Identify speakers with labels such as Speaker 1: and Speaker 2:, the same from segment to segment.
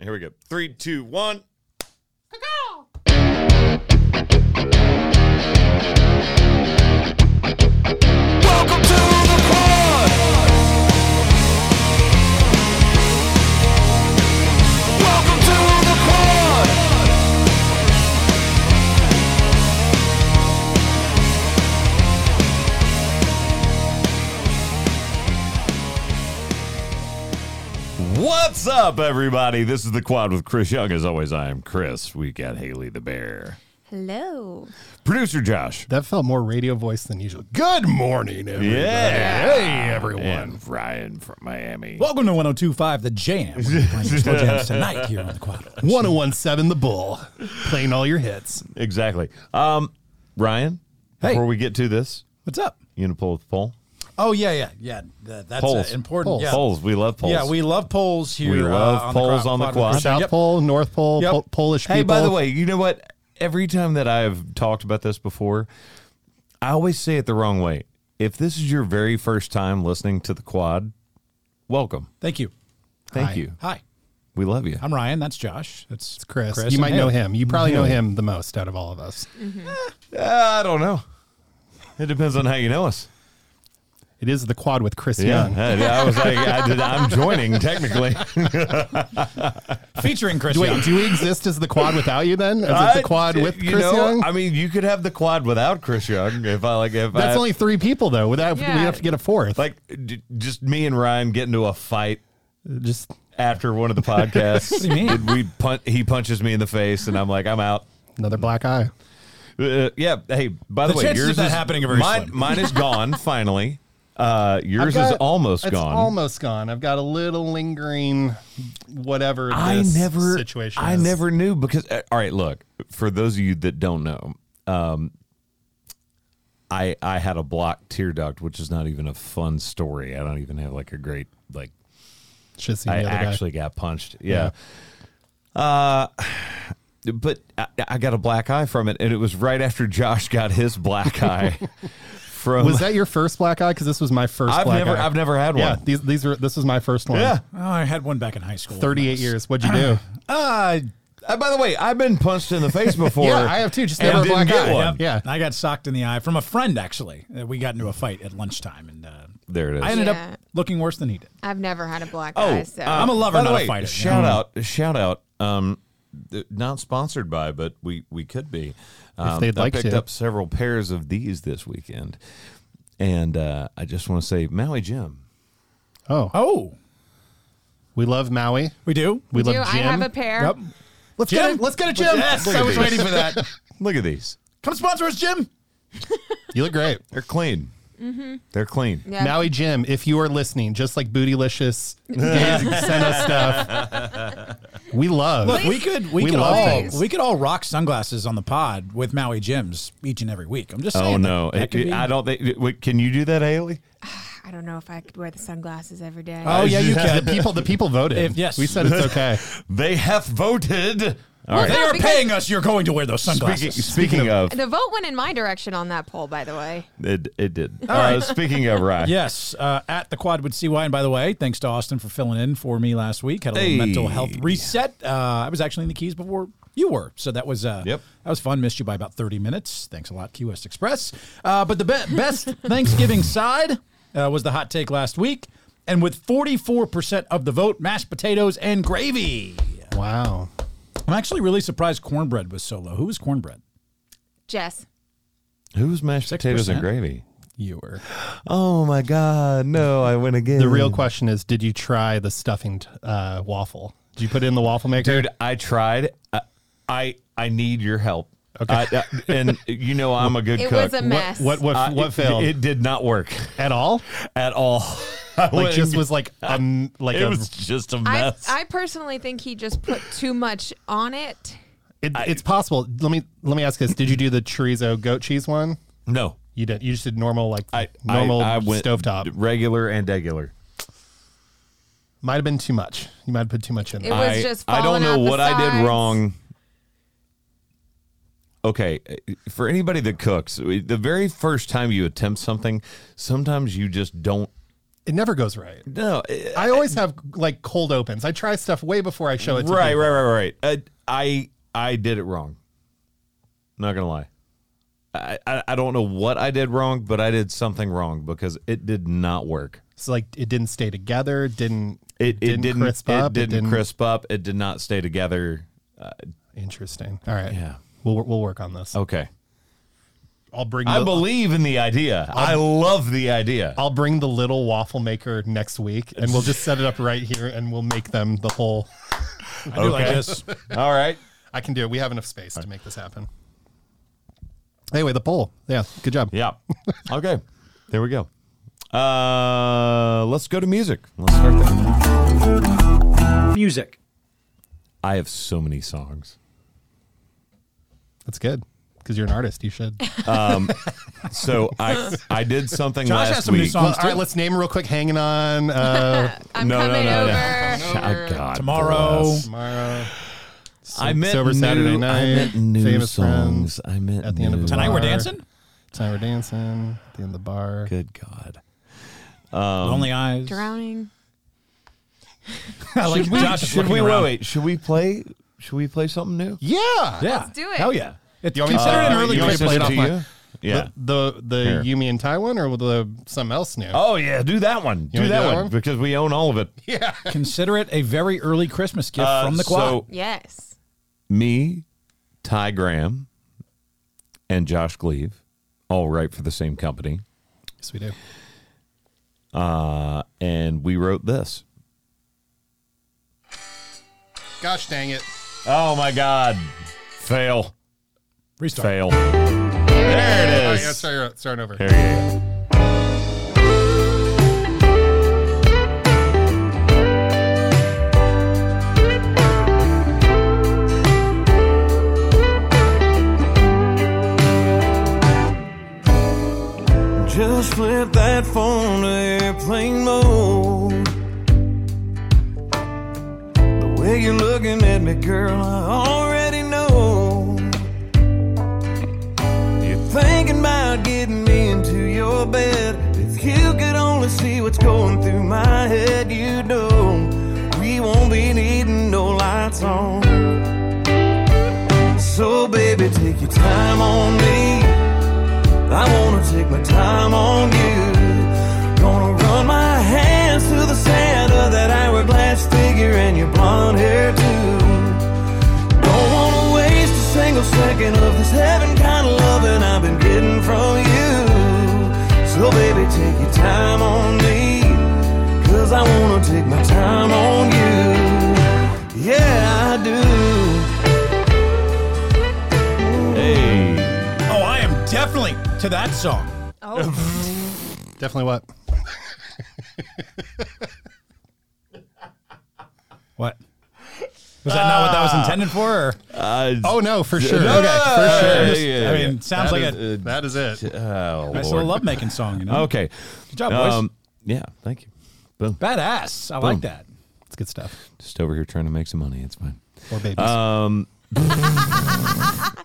Speaker 1: Here we go. Three, two, one.
Speaker 2: Welcome to the pod. Welcome to the pod.
Speaker 1: What's up, everybody? This is the Quad with Chris Young. As always, I am Chris. We got Haley the Bear,
Speaker 3: Hello.
Speaker 1: producer Josh,
Speaker 4: That felt more radio voice than usual. Good morning, everybody.
Speaker 1: Yeah.
Speaker 4: Hey, everyone.
Speaker 1: and Ryan from Miami.
Speaker 5: Welcome to 1025 The Jam. We're playing your slow jams tonight here on the Quad.
Speaker 4: 1017 The Bull, playing all your hits.
Speaker 1: Exactly. Um, Ryan.
Speaker 5: Hey.
Speaker 1: Before we get to this,
Speaker 5: What's up?
Speaker 1: you gonna pull the poll?
Speaker 5: Oh, yeah, yeah, yeah. Th- that's uh,
Speaker 1: Polls.
Speaker 5: important.
Speaker 4: Polls.
Speaker 5: Yeah.
Speaker 1: Polls. We love polls.
Speaker 5: Yeah, we love polls here.
Speaker 1: We
Speaker 5: uh,
Speaker 1: love
Speaker 5: on
Speaker 1: polls
Speaker 5: Quad-
Speaker 1: on the
Speaker 5: with
Speaker 1: Quad.
Speaker 5: Chris.
Speaker 4: South
Speaker 5: Yep.
Speaker 4: Pole, North Pole,
Speaker 5: Yep.
Speaker 4: Pol- Polish people.
Speaker 1: Hey, by the way, you know what? Every time that I've talked about this before, I always say it the wrong way. If this is your very first time listening to the Quad, welcome.
Speaker 5: Thank you.
Speaker 1: Thank
Speaker 4: Hi.
Speaker 1: you.
Speaker 5: Hi,
Speaker 1: We love you.
Speaker 5: I'm Ryan. That's Josh. That's
Speaker 4: It's Chris.
Speaker 5: Chris
Speaker 4: You
Speaker 5: and
Speaker 4: might know
Speaker 5: Haley.
Speaker 4: him. You probably know him the most out of all of us.
Speaker 1: Uh, I don't know. It depends on how you know us.
Speaker 4: It is the quad with Chris
Speaker 1: Yeah,
Speaker 4: Young.
Speaker 1: I, I was like, I did, I'm joining technically.
Speaker 5: featuring Chris. Young.
Speaker 4: Wait, do we exist as the quad without you then? Is it
Speaker 1: I-
Speaker 4: the quad with
Speaker 1: you
Speaker 4: Chris
Speaker 1: know,
Speaker 4: Young?
Speaker 1: I mean, you could have the quad without Chris Young. If I like, if
Speaker 4: That's
Speaker 1: I,
Speaker 4: only three people though. Without we
Speaker 3: Yeah.
Speaker 4: have to get a fourth.
Speaker 1: like d- just me and Ryan get into a fight
Speaker 4: just
Speaker 1: after one of the podcasts.
Speaker 5: What do you mean?
Speaker 1: we punch. He punches me in the face, and I'm like, I'm out.
Speaker 4: another black eye.
Speaker 1: Uh, yeah. Hey, by the,
Speaker 5: The
Speaker 1: way,
Speaker 5: chances
Speaker 1: yours
Speaker 5: of that
Speaker 1: is-
Speaker 5: happening are very
Speaker 1: mine,
Speaker 5: slim.
Speaker 1: mine is gone finally. Uh, yours
Speaker 4: I've
Speaker 1: is
Speaker 4: got-
Speaker 1: almost
Speaker 4: it's
Speaker 1: gone.
Speaker 4: Almost gone. I've got a little lingering whatever this situation.
Speaker 1: I
Speaker 4: is.
Speaker 1: never knew because uh, all right, look, for those of you that don't know, um I I had a blocked tear duct, which is not even a fun story. I don't even have like a great like
Speaker 4: Should see
Speaker 1: I
Speaker 4: the other guy.
Speaker 1: actually got punched. Yeah. Uh but I, I got a black eye from it and it was right after Josh got his black eye from
Speaker 4: Was that your first black eye? Because this was my 1st
Speaker 1: I've
Speaker 4: black
Speaker 1: never
Speaker 4: eye.
Speaker 1: I've never had
Speaker 4: yeah,
Speaker 1: one.
Speaker 4: these these were this was my first one.
Speaker 1: Yeah.
Speaker 5: Oh, I had one back in high school.
Speaker 4: 38 years. What'd you do?
Speaker 5: Uh,
Speaker 1: Uh, by the way, I've been punched in the face before.
Speaker 4: yeah, I have two. Just
Speaker 1: and
Speaker 4: never a
Speaker 1: didn't
Speaker 4: black
Speaker 1: get
Speaker 4: eye.
Speaker 1: one.
Speaker 4: Yeah.
Speaker 5: I got socked in the eye from a friend, actually. Uh, We got into a fight at lunchtime, and uh,
Speaker 1: There it is.
Speaker 5: I ended
Speaker 3: Yeah.
Speaker 5: up looking worse than he did.
Speaker 3: I've never had a black
Speaker 1: Oh,
Speaker 3: eye, so
Speaker 1: uh,
Speaker 5: I'm a
Speaker 1: by
Speaker 5: lover,
Speaker 1: the
Speaker 5: not a
Speaker 1: way,
Speaker 5: fighter. Mm-hmm.
Speaker 1: Shout out, shout out. Um, th- not sponsored by, but we we could be. Um,
Speaker 4: they'd like
Speaker 1: I picked
Speaker 4: to.
Speaker 1: up several pairs of these this weekend, and uh, I just want to say Maui Jim.
Speaker 4: Oh,
Speaker 5: Oh,
Speaker 4: we love Maui.
Speaker 5: we do.
Speaker 4: We
Speaker 3: do
Speaker 4: love
Speaker 3: I
Speaker 4: Jim.
Speaker 3: have a pair?
Speaker 5: Yep.
Speaker 4: Let's
Speaker 5: Jim?
Speaker 4: get a, let's get a Jim.
Speaker 5: Yes,
Speaker 1: Look
Speaker 5: I
Speaker 1: at
Speaker 5: was
Speaker 1: these.
Speaker 5: waiting for that.
Speaker 1: Look at these;
Speaker 5: Come sponsor us, Jim.
Speaker 4: You look great.
Speaker 1: they're clean. They're clean.
Speaker 3: Mm-hmm. Yeah.
Speaker 4: Maui Jim, if you are listening, just like Bootylicious, send us stuff. We love.
Speaker 5: Look, we could we,
Speaker 4: We
Speaker 5: could
Speaker 4: love
Speaker 5: all
Speaker 4: things.
Speaker 5: we could all rock sunglasses on the pod with Maui Jims each and every week. I'm just saying.
Speaker 1: Oh
Speaker 5: that-
Speaker 1: no!
Speaker 5: that
Speaker 1: It-
Speaker 5: could
Speaker 1: it-
Speaker 5: be-
Speaker 1: I don't think. wait, Can you do that, Haley?
Speaker 3: I don't know if I could wear the sunglasses every day.
Speaker 5: Oh yeah, you
Speaker 4: the
Speaker 5: can.
Speaker 4: people the people voted.
Speaker 5: If- yes.
Speaker 4: we said it's okay.
Speaker 1: They have voted. All
Speaker 3: Well,
Speaker 1: right.
Speaker 5: They are
Speaker 3: Because-
Speaker 5: paying us. You're going to wear those
Speaker 1: Speaking,
Speaker 5: sunglasses.
Speaker 1: speaking of,
Speaker 3: the vote went in my direction on that poll, by the way.
Speaker 1: it, it did. Uh, speaking of, right?
Speaker 5: Yes, uh, at the Quad with CY. And by the way, thanks to Austin for filling in for me last week. Had a little
Speaker 1: Hey.
Speaker 5: mental health reset. Uh, I was actually in the Keys before you were, so that was uh,
Speaker 1: Yep.
Speaker 5: that was fun. Missed you by about thirty minutes. Thanks a lot, Key West Express. Uh, but the be- best Thanksgiving side uh, was the hot take last week, and with forty four percent of the vote, mashed potatoes and gravy.
Speaker 4: Wow.
Speaker 5: I'm actually really surprised cornbread was so low. Who was cornbread?
Speaker 3: Jess.
Speaker 1: Who's mashed potatoes and
Speaker 5: 6%.
Speaker 1: gravy?
Speaker 5: You were.
Speaker 1: Oh my God! No, I went again.
Speaker 4: The real question is, did you try the stuffing uh, waffle? Did you put it in the waffle maker?
Speaker 1: dude. I tried. I I, I need your help. Okay, and you know I'm a good
Speaker 3: It
Speaker 1: cook.
Speaker 3: was a mess.
Speaker 4: What what
Speaker 1: Uh,
Speaker 4: what
Speaker 1: it,
Speaker 4: failed
Speaker 1: It did not work
Speaker 4: at all?
Speaker 1: at all. I
Speaker 4: Like
Speaker 1: went-
Speaker 4: just was like um like
Speaker 1: it
Speaker 4: a,
Speaker 1: was just a
Speaker 3: I,
Speaker 1: mess.
Speaker 3: I personally think he just put too much on it.
Speaker 4: it, it's possible. Let me let me ask this: Did you do the chorizo goat cheese one?
Speaker 1: no,
Speaker 4: You did. You just did normal like
Speaker 1: I
Speaker 4: normal
Speaker 1: I, I went
Speaker 4: stovetop.
Speaker 1: regular and regular.
Speaker 4: Might have been too much. You might have put too much in.
Speaker 3: It
Speaker 4: there.
Speaker 3: was
Speaker 1: I,
Speaker 3: just
Speaker 1: I don't
Speaker 3: falling
Speaker 1: know
Speaker 3: out the
Speaker 1: what I did
Speaker 3: sides.
Speaker 1: wrong. Okay, uh, for anybody that cooks, the very first time you attempt something, sometimes you just don't
Speaker 4: it never goes right.
Speaker 1: No, eh,
Speaker 4: I always have like cold opens. I try stuff way before I show it to
Speaker 1: right, right,
Speaker 4: people.
Speaker 1: right, right. Uh, I I did it wrong. Not gonna lie. I, I I don't know what I did wrong, but I did something wrong because it did not work.
Speaker 4: So like it didn't stay together, didn't
Speaker 1: It it didn't,
Speaker 4: crisp up,
Speaker 1: it didn't, crisp up. It did not stay together. Uh,
Speaker 4: Interesting. All right.
Speaker 1: Yeah.
Speaker 4: We'll we'll work on this.
Speaker 1: okay.
Speaker 4: I'll bring
Speaker 1: I
Speaker 4: the,
Speaker 1: believe in the idea. I love the idea.
Speaker 4: I'll bring the little waffle maker next week and we'll just set it up right here and we'll make them the whole
Speaker 5: I do like this.
Speaker 1: All right.
Speaker 4: I can do it. We have enough space to make this happen. Anyway, the poll. Yeah, good job.
Speaker 1: Yeah. Okay. There we go. Uh, let's go to music. Let's start there.
Speaker 6: Music.
Speaker 1: I have so many songs.
Speaker 4: That's good because you're an artist. You should.
Speaker 1: So I I did something
Speaker 5: Josh
Speaker 1: last
Speaker 5: has some new
Speaker 1: week.
Speaker 5: songs.
Speaker 4: all right, let's name real quick. Hanging on uh,
Speaker 3: I'm
Speaker 1: no, no,
Speaker 3: coming
Speaker 1: no, no.
Speaker 3: over.
Speaker 1: Oh, God
Speaker 5: Tomorrow.
Speaker 1: bless.
Speaker 4: tomorrow.
Speaker 1: I meant
Speaker 4: Sober
Speaker 1: new,
Speaker 4: Saturday night,
Speaker 1: I meant new
Speaker 4: famous
Speaker 1: songs.
Speaker 4: friends,
Speaker 1: I meant
Speaker 4: at the end of
Speaker 1: new-
Speaker 4: the
Speaker 5: Tonight we're
Speaker 4: Bar.
Speaker 5: dancing.
Speaker 4: Tonight we're dancing. At the end of the bar.
Speaker 1: Good God. Um,
Speaker 5: Lonely eyes.
Speaker 3: Drowning.
Speaker 5: I like
Speaker 1: Should we,
Speaker 5: Josh is
Speaker 1: should we
Speaker 5: looking
Speaker 1: wait,
Speaker 5: around.
Speaker 1: wait? Should we play? Should we play something new?
Speaker 4: Yeah.
Speaker 5: Yeah.
Speaker 3: do it.
Speaker 5: Hell yeah. It's
Speaker 4: You want me to-
Speaker 5: considered an
Speaker 4: Uh,
Speaker 5: early
Speaker 4: you want me
Speaker 5: Christmas.
Speaker 4: to play it off
Speaker 1: to
Speaker 4: my-
Speaker 1: you? Yeah.
Speaker 4: The the, the
Speaker 1: Here.
Speaker 4: Yumi and Taiwan or the something else new.
Speaker 1: oh yeah, do that one. Do
Speaker 4: wanna
Speaker 1: that,
Speaker 4: do that
Speaker 1: one,
Speaker 4: one?
Speaker 1: because we own all of it.
Speaker 5: Consider it a very early Christmas gift
Speaker 1: Uh,
Speaker 5: from the quad.
Speaker 1: So
Speaker 3: Yes.
Speaker 1: me, Ty Graham, and Josh Gleave, all write for the same company,
Speaker 4: Yes, we do.
Speaker 1: uh, and we wrote this.
Speaker 4: Gosh dang it!
Speaker 1: Oh my God! Fail.
Speaker 5: Restart.
Speaker 1: Fail. There
Speaker 4: All
Speaker 1: it
Speaker 4: right, let's
Speaker 1: is.
Speaker 4: start, start over.
Speaker 1: There you
Speaker 2: Just flip that phone to airplane mode. The way you're looking at me, girl, I already know. You're thinking about getting me into your bed. If you could only see what's going through my head, you know we won't be needing no lights on. So, baby, take your time on me. I wanna take my time on you. Gonna run my hands through the sand of that hourglass figure and your blonde hair too. Don't wanna waste a single second of this heaven kind of loving I've been getting from you. So baby, take your time on me, 'cause I wanna take my time on you. Yeah, I do.
Speaker 1: go. Hey.
Speaker 5: Oh, I am definitely to that song.
Speaker 3: Oh,
Speaker 4: Definitely what?
Speaker 5: What? Was that not what that was intended for? Or?
Speaker 1: Uh,
Speaker 4: Oh no, for sure.
Speaker 1: no,
Speaker 4: okay,
Speaker 1: no,
Speaker 4: for
Speaker 1: no,
Speaker 4: sure.
Speaker 1: no, yeah, yeah,
Speaker 5: I
Speaker 1: yeah.
Speaker 5: mean, sounds like a
Speaker 4: that is it.
Speaker 1: Oh,
Speaker 5: nice
Speaker 1: Lord.
Speaker 5: little love making song, you know?
Speaker 1: Okay. Um,
Speaker 5: Good job, boys.
Speaker 4: Um,
Speaker 1: yeah, thank you. Boom.
Speaker 5: Badass. I
Speaker 1: Boom.
Speaker 5: like that.
Speaker 4: It's good stuff.
Speaker 1: Just over here trying to make some money. It's fine.
Speaker 4: Or babies.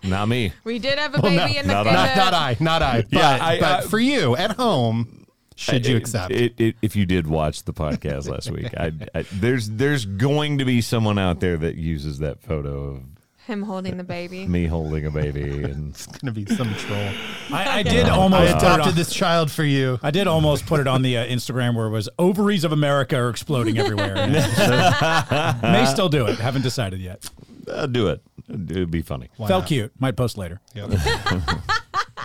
Speaker 1: Not me.
Speaker 3: we did have a baby in the
Speaker 1: not
Speaker 3: picture.
Speaker 4: not, not I, not I. But,
Speaker 1: Yeah, I-
Speaker 4: but
Speaker 1: I-
Speaker 4: for you at home, should you accept?
Speaker 1: It, it, if you did watch the podcast last week, I, I, there's there's going to be someone out there that uses that photo
Speaker 3: Him holding the baby.
Speaker 1: of me holding a baby, and
Speaker 4: it's gonna be some troll.
Speaker 5: I, I did
Speaker 4: I
Speaker 5: almost put it on-
Speaker 1: Uh,
Speaker 4: adopted this child for you.
Speaker 5: I did almost put it on the uh, Instagram where it was ovaries of America are exploding everywhere. May still do it. Haven't decided yet.
Speaker 1: I'll uh, do it. It'd be funny.
Speaker 5: Felt cute. Might post later.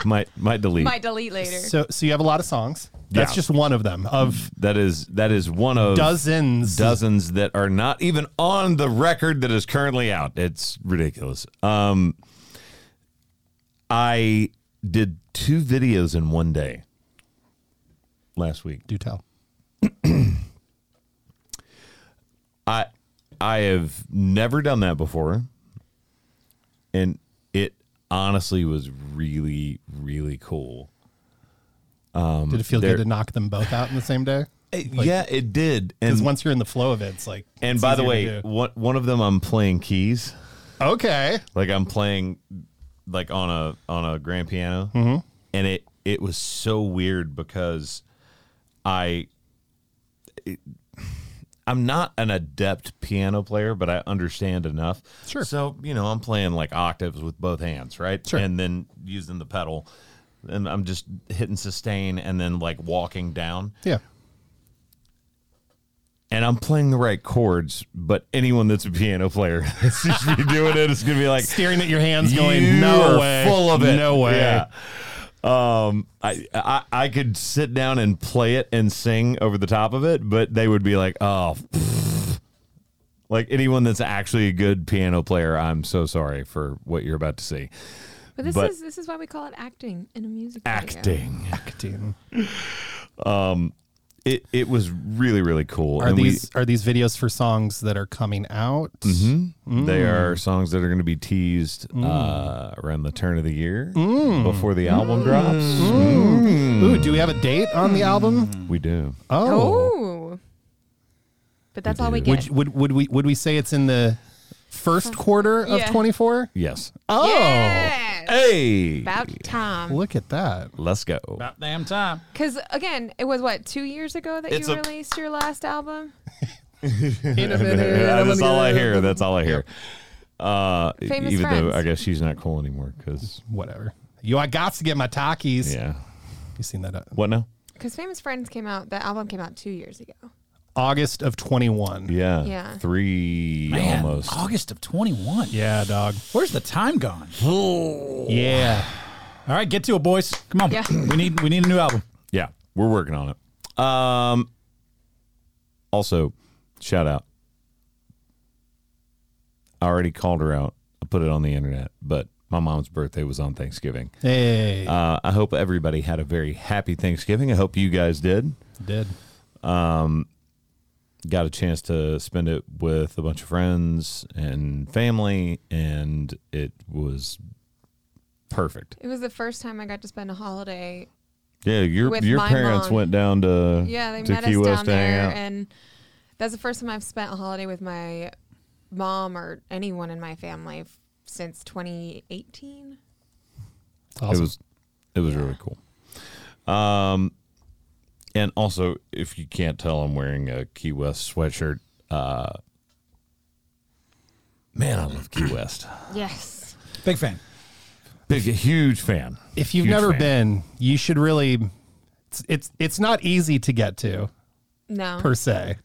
Speaker 1: Might might delete.
Speaker 3: Might delete later.
Speaker 4: So, so you have a lot of songs. That's
Speaker 1: Yeah.
Speaker 4: just one of them. Of
Speaker 1: That is that is one of
Speaker 4: dozens.
Speaker 1: dozens that are not even on the record that is currently out. It's ridiculous. Um, I did two videos in one day last week.
Speaker 4: Do tell.
Speaker 1: I I have never done that before, and it honestly was really really cool.
Speaker 4: Did it feel
Speaker 1: um, there-
Speaker 4: good to knock them both out in the same day?
Speaker 1: yeah, it did.
Speaker 4: Because
Speaker 1: And
Speaker 4: once you're in the flow of it, it's like.
Speaker 1: and
Speaker 4: it's
Speaker 1: by the way,
Speaker 4: easier to do.
Speaker 1: one one of them I'm playing keys.
Speaker 4: okay.
Speaker 1: like I'm playing like on a on a grand
Speaker 4: Mm-hmm.
Speaker 1: piano, and it it was so weird because I I'm not an adept piano player, but I understand enough.
Speaker 4: Sure.
Speaker 1: So, you know, I'm playing like octaves with both hands, right?
Speaker 4: Sure.
Speaker 1: And then using the pedal. And I'm just hitting sustain and then like walking down.
Speaker 4: Yeah.
Speaker 1: And I'm playing the right chords, but anyone that's a piano player that sees me doing it is gonna be like
Speaker 4: Staring at your hands
Speaker 1: "You
Speaker 4: going,
Speaker 1: are
Speaker 4: no way.
Speaker 1: Full of it.
Speaker 4: No way.
Speaker 1: Yeah. Um, I, I I could sit down and play it and sing over the top of it, but they would be like, oh, pfft." like anyone that's actually a good piano player, I'm so sorry for what you're about to see.
Speaker 3: But this
Speaker 1: But-
Speaker 3: is this is why we call it acting in a music video.
Speaker 1: Acting.
Speaker 4: Acting.
Speaker 1: It it was really really cool.
Speaker 4: Are
Speaker 1: and we-
Speaker 4: these are these videos for songs that are coming out?
Speaker 1: Mm-hmm. They are
Speaker 4: Mm.
Speaker 1: songs that are going to be teased uh, around the turn of the year
Speaker 4: Mm.
Speaker 1: before the album drops.
Speaker 4: Ooh,
Speaker 1: Hmm.
Speaker 4: do we have a date on the album?
Speaker 1: We do.
Speaker 4: Oh,
Speaker 3: Oh. But that's all we
Speaker 1: do.
Speaker 3: get.
Speaker 4: Would, would would we would we say it's in the first quarter of
Speaker 3: Yeah.
Speaker 4: twenty four?
Speaker 1: Yes.
Speaker 4: Oh,
Speaker 1: Oh.
Speaker 3: Yes!
Speaker 1: Hey,
Speaker 3: About time.
Speaker 4: look at that!
Speaker 1: let's go.
Speaker 5: About damn time.
Speaker 3: Because again, it was what two years ago that
Speaker 1: It's
Speaker 3: you
Speaker 1: a-
Speaker 3: released your last album.
Speaker 1: That's all I hear. That's all I hear. Uh,
Speaker 3: Famous
Speaker 1: even though
Speaker 3: friends.
Speaker 1: I guess she's not cool anymore because
Speaker 4: Whatever. Yo, I got to get my Takis.
Speaker 1: yeah.
Speaker 4: You seen that? uh,
Speaker 1: What now?
Speaker 3: Because Famous Friends came out. The album came out two years ago.
Speaker 4: August of twenty one.
Speaker 1: Yeah.
Speaker 3: Yeah.
Speaker 1: Three
Speaker 5: Man,
Speaker 1: almost.
Speaker 5: August of 21.
Speaker 4: Yeah, dog.
Speaker 5: Where's the time gone?
Speaker 4: Yeah.
Speaker 5: All right, get to it, boys. Come on.
Speaker 3: Yeah.
Speaker 5: We need we need a new album.
Speaker 1: Yeah, we're working on it. Um. Also, shout out. I already called her out. I put it on the internet, but my mom's birthday was on Thanksgiving.
Speaker 4: Hey,
Speaker 1: Uh, I hope everybody had a very happy Thanksgiving. I hope you guys did.
Speaker 4: did.
Speaker 1: got a chance to spend it with a bunch of friends and family, and it was perfect.
Speaker 3: It was the first time I got to spend a holiday.
Speaker 1: Yeah, your
Speaker 3: With
Speaker 1: your
Speaker 3: my
Speaker 1: parents
Speaker 3: mom.
Speaker 1: went down to
Speaker 3: Yeah, they
Speaker 1: to
Speaker 3: met
Speaker 1: Key
Speaker 3: us
Speaker 1: West
Speaker 3: down
Speaker 1: to hang
Speaker 3: there,
Speaker 1: out.
Speaker 3: and that's the first time I've spent a holiday with my mom or anyone in my family f- since 2018.
Speaker 4: It's awesome.
Speaker 1: It was it was really cool. Um, and also, if you can't tell, I'm wearing a Key West sweatshirt. Uh, man, I love Key West.
Speaker 3: Yes.
Speaker 5: Big fan.
Speaker 1: Big, huge fan.
Speaker 4: if you've
Speaker 1: Huge
Speaker 4: never
Speaker 1: fan.
Speaker 4: been, you should really. It's, it's it's not easy to get to
Speaker 3: No.
Speaker 4: per se,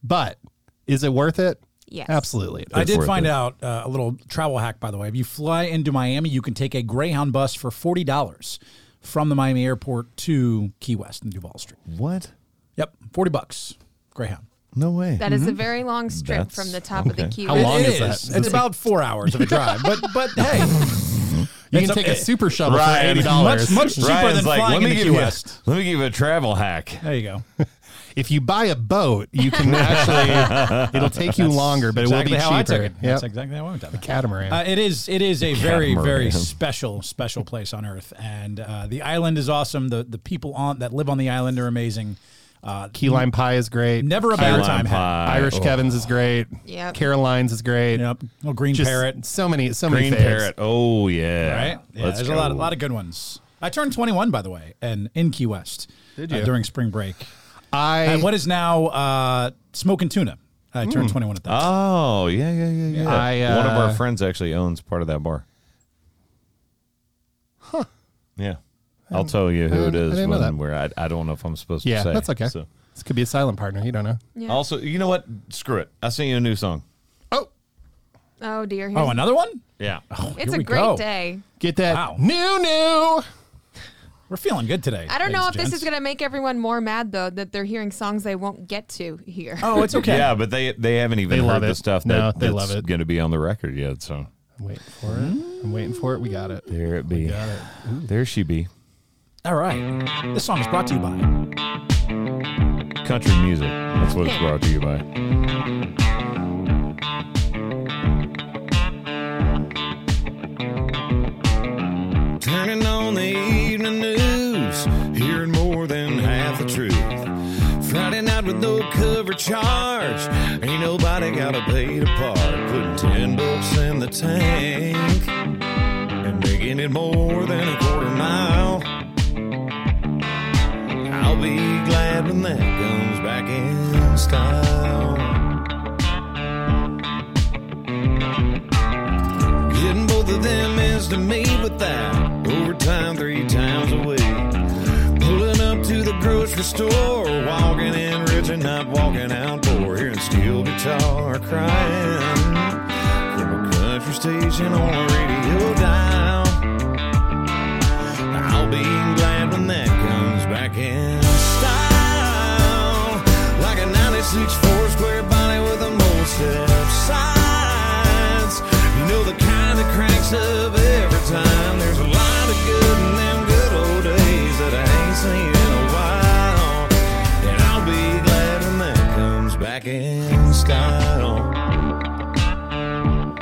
Speaker 4: but is it worth it?
Speaker 3: Yes.
Speaker 4: absolutely.
Speaker 5: I did
Speaker 1: worth
Speaker 5: find
Speaker 1: it.
Speaker 5: out uh, a little travel hack, by the way. If you fly into Miami, you can take a Greyhound bus for forty dollars from the Miami airport to Key West and Duval Street.
Speaker 1: What?
Speaker 5: Yep, forty bucks. Greyhound.
Speaker 1: No way.
Speaker 3: That is a very long strip
Speaker 1: Mm-hmm. That's-
Speaker 3: from the top of
Speaker 1: okay.
Speaker 3: the queue.
Speaker 4: How long
Speaker 5: It
Speaker 4: is that? Is
Speaker 5: It's
Speaker 4: this a-
Speaker 5: about four hours of a drive, but but hey,
Speaker 4: You
Speaker 5: It's
Speaker 4: can
Speaker 5: a-
Speaker 4: take a super shuttle
Speaker 1: Ryan,
Speaker 4: for eighty dollars.
Speaker 5: much, much cheaper
Speaker 1: Ryan's
Speaker 5: than
Speaker 1: like,
Speaker 5: flying
Speaker 1: let me
Speaker 5: into
Speaker 1: give
Speaker 5: Key
Speaker 1: you a,
Speaker 5: West.
Speaker 1: let me give you a travel hack.
Speaker 5: There you go.
Speaker 4: If you buy a boat, you can actually. it'll take you longer, but
Speaker 5: exactly
Speaker 4: it will be
Speaker 5: how I
Speaker 4: cheaper.
Speaker 5: took it.
Speaker 4: Yep.
Speaker 5: That's exactly how I took it.
Speaker 4: catamaran.
Speaker 5: Uh, it is. It is a very, very
Speaker 1: Catamaran.
Speaker 5: special, special place on Earth, and uh, the island is awesome. the The people on that live on the island are amazing. Uh,
Speaker 4: Key lime pie is great.
Speaker 5: never a
Speaker 4: Key
Speaker 5: bad
Speaker 4: lime-
Speaker 5: time. had.
Speaker 1: pie.
Speaker 4: Irish
Speaker 1: Oh,
Speaker 4: Kevin's is great.
Speaker 3: Yep.
Speaker 4: Caroline's is great.
Speaker 5: Yep. Well, green
Speaker 4: Just
Speaker 5: parrot.
Speaker 4: So many, so
Speaker 1: Green
Speaker 4: many faves.
Speaker 1: parrot. Oh yeah.
Speaker 5: Right. Yeah.
Speaker 1: Let's
Speaker 5: there's a lot, a
Speaker 1: go.
Speaker 5: lot of good ones. I turned 21, by the way, and in Key West
Speaker 4: Did
Speaker 5: uh,
Speaker 4: you?
Speaker 5: during spring break.
Speaker 4: I
Speaker 5: At what is now uh, smoking tuna. I
Speaker 4: Hmm.
Speaker 5: turned 21 at that.
Speaker 4: Ah.
Speaker 5: time.
Speaker 1: Oh yeah, yeah, yeah, yeah.
Speaker 4: I, uh,
Speaker 1: One of our friends actually owns part of that bar. Huh. Yeah. I'll tell you who
Speaker 4: I
Speaker 1: it
Speaker 4: didn't- I
Speaker 1: is
Speaker 4: didn't know that.
Speaker 1: when we're. I, I don't know if I'm supposed to
Speaker 4: Yeah,
Speaker 1: say.
Speaker 4: that's okay.
Speaker 1: so.
Speaker 4: This could be a silent partner. You don't know.
Speaker 3: Yeah.
Speaker 1: Also, you know what? Screw it. I sent you a new song.
Speaker 4: Oh,
Speaker 3: oh dear.
Speaker 5: oh,
Speaker 3: here's-
Speaker 5: another one.
Speaker 1: Yeah.
Speaker 3: it's
Speaker 5: here
Speaker 3: a
Speaker 5: we
Speaker 3: great
Speaker 5: go.
Speaker 3: day.
Speaker 4: get that
Speaker 5: Wow.
Speaker 4: new new.
Speaker 5: We're feeling good today.
Speaker 3: I don't know if
Speaker 5: ladies and
Speaker 3: this is
Speaker 5: gents.
Speaker 3: going to make everyone more mad though that they're hearing songs they won't get to here.
Speaker 5: Oh, it's okay.
Speaker 1: Yeah, but they they haven't even
Speaker 4: They
Speaker 1: heard
Speaker 4: love
Speaker 1: the
Speaker 4: it.
Speaker 1: stuff
Speaker 4: No,
Speaker 1: that,
Speaker 4: they
Speaker 1: that's
Speaker 4: love it.
Speaker 1: going to be on the record yet. So
Speaker 4: I'm waiting for it. I'm waiting for it. We got it.
Speaker 1: there it be. There she be.
Speaker 5: All right. This song is brought to you by.
Speaker 1: Country music. That's what it's
Speaker 3: Yeah.
Speaker 1: brought to you by.
Speaker 2: Turning on the evening news, hearing more than half the truth. Friday night with no cover charge, ain't nobody gotta pay to park. Putting ten bucks in the tank and making it more than a quarter mile. I'll be glad when that comes back in. style. Getting both of them is to me, but that overtime three times a week. Pulling up to the grocery store, walking in rich and not walking out poor. Hearing steel guitar crying from a country station on a radio dial. I'll be glad when that comes back in style. Like a 96 four square body with a multi sides. You know the kind that cranks up every time. There's a lot of good in them good old days that I ain't seen in a while. And I'll be glad when that comes back in style.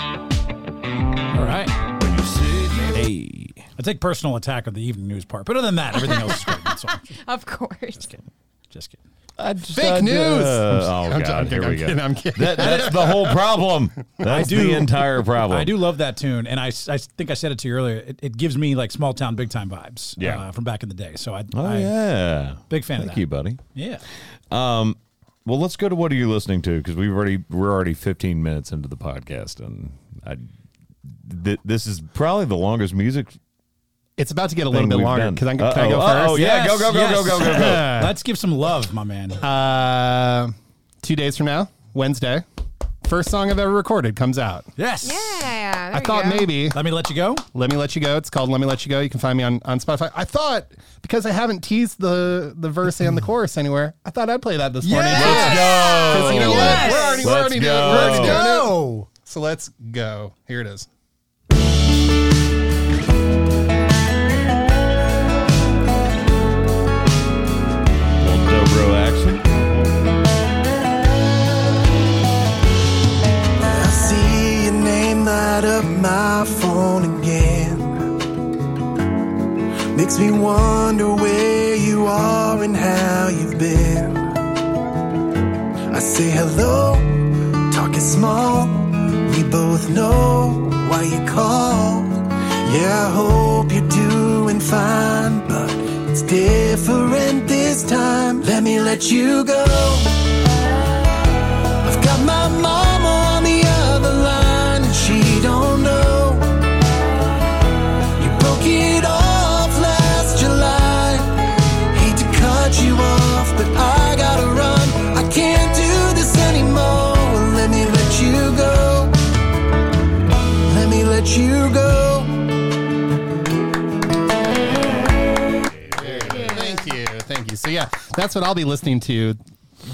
Speaker 5: All right.
Speaker 2: You sit me
Speaker 1: Hey.
Speaker 5: I take personal attack on the evening news part, but other than that, everything else is great. That's all.
Speaker 3: Of course.
Speaker 5: Just kidding.
Speaker 1: I just,
Speaker 4: Fake news!
Speaker 1: oh,
Speaker 4: I'm
Speaker 1: God.
Speaker 4: j- I'm
Speaker 1: Here we
Speaker 4: kidding, I'm
Speaker 1: go.
Speaker 4: kidding, I'm kidding.
Speaker 1: That, that's the whole problem. That's
Speaker 5: do-
Speaker 1: the entire problem.
Speaker 5: I do love that tune, and I, s- I think I said it to you earlier. It, it gives me like small town, big time vibes
Speaker 1: Yeah.
Speaker 5: uh, from back in the day. So I,
Speaker 1: Oh,
Speaker 5: I
Speaker 1: yeah.
Speaker 5: big fan of
Speaker 1: Thank
Speaker 5: that.
Speaker 1: you, buddy.
Speaker 5: Yeah.
Speaker 1: Well, let's go to what are you listening to because we've already we're already 15 minutes into the podcast and I th- this is probably the longest music
Speaker 4: It's about to get a
Speaker 1: thing
Speaker 4: little bit
Speaker 1: we've
Speaker 4: longer.
Speaker 1: done.
Speaker 4: Can I, can I
Speaker 1: Uh-oh,
Speaker 4: go
Speaker 1: uh-oh,
Speaker 4: first?
Speaker 1: Oh, yeah, go, go, go, go, go, go, go.
Speaker 5: Let's give some love, my man.
Speaker 4: Uh, two days from now, Wednesday, first song I've ever recorded comes out.
Speaker 5: yes.
Speaker 3: Yeah.
Speaker 4: I
Speaker 3: there you
Speaker 4: thought
Speaker 3: go.
Speaker 4: maybe
Speaker 5: Let me let you go.
Speaker 4: Let Me Let You Go. It's called Let Me Let You Go. You can find me on, on Spotify. I thought because I haven't teased the the verse and the chorus anywhere, I thought I'd play that this morning.
Speaker 1: Let's go.
Speaker 4: 'Cause you know what?
Speaker 3: Yes.
Speaker 4: We're already, we're
Speaker 1: Let's
Speaker 4: already doing it. We're already
Speaker 1: go.
Speaker 4: doing it.
Speaker 5: Oh.
Speaker 4: So let's go. Here it is.
Speaker 1: Little dobro action.
Speaker 2: I see your name light up my phone again. Makes me wonder where you are and how you've been. I say hello, talk it small. We both know why you called. Yeah, I hope you're doing fine, but it's different this time. Let me let you go. I've got my mom on the other line and she don't know. You broke it off last July. Hate to cut you off, but I gotta run. I can't do this anymore. Let me let you go. Let me let you go.
Speaker 4: Thank you. Thank you. So yeah, that's what I'll be listening to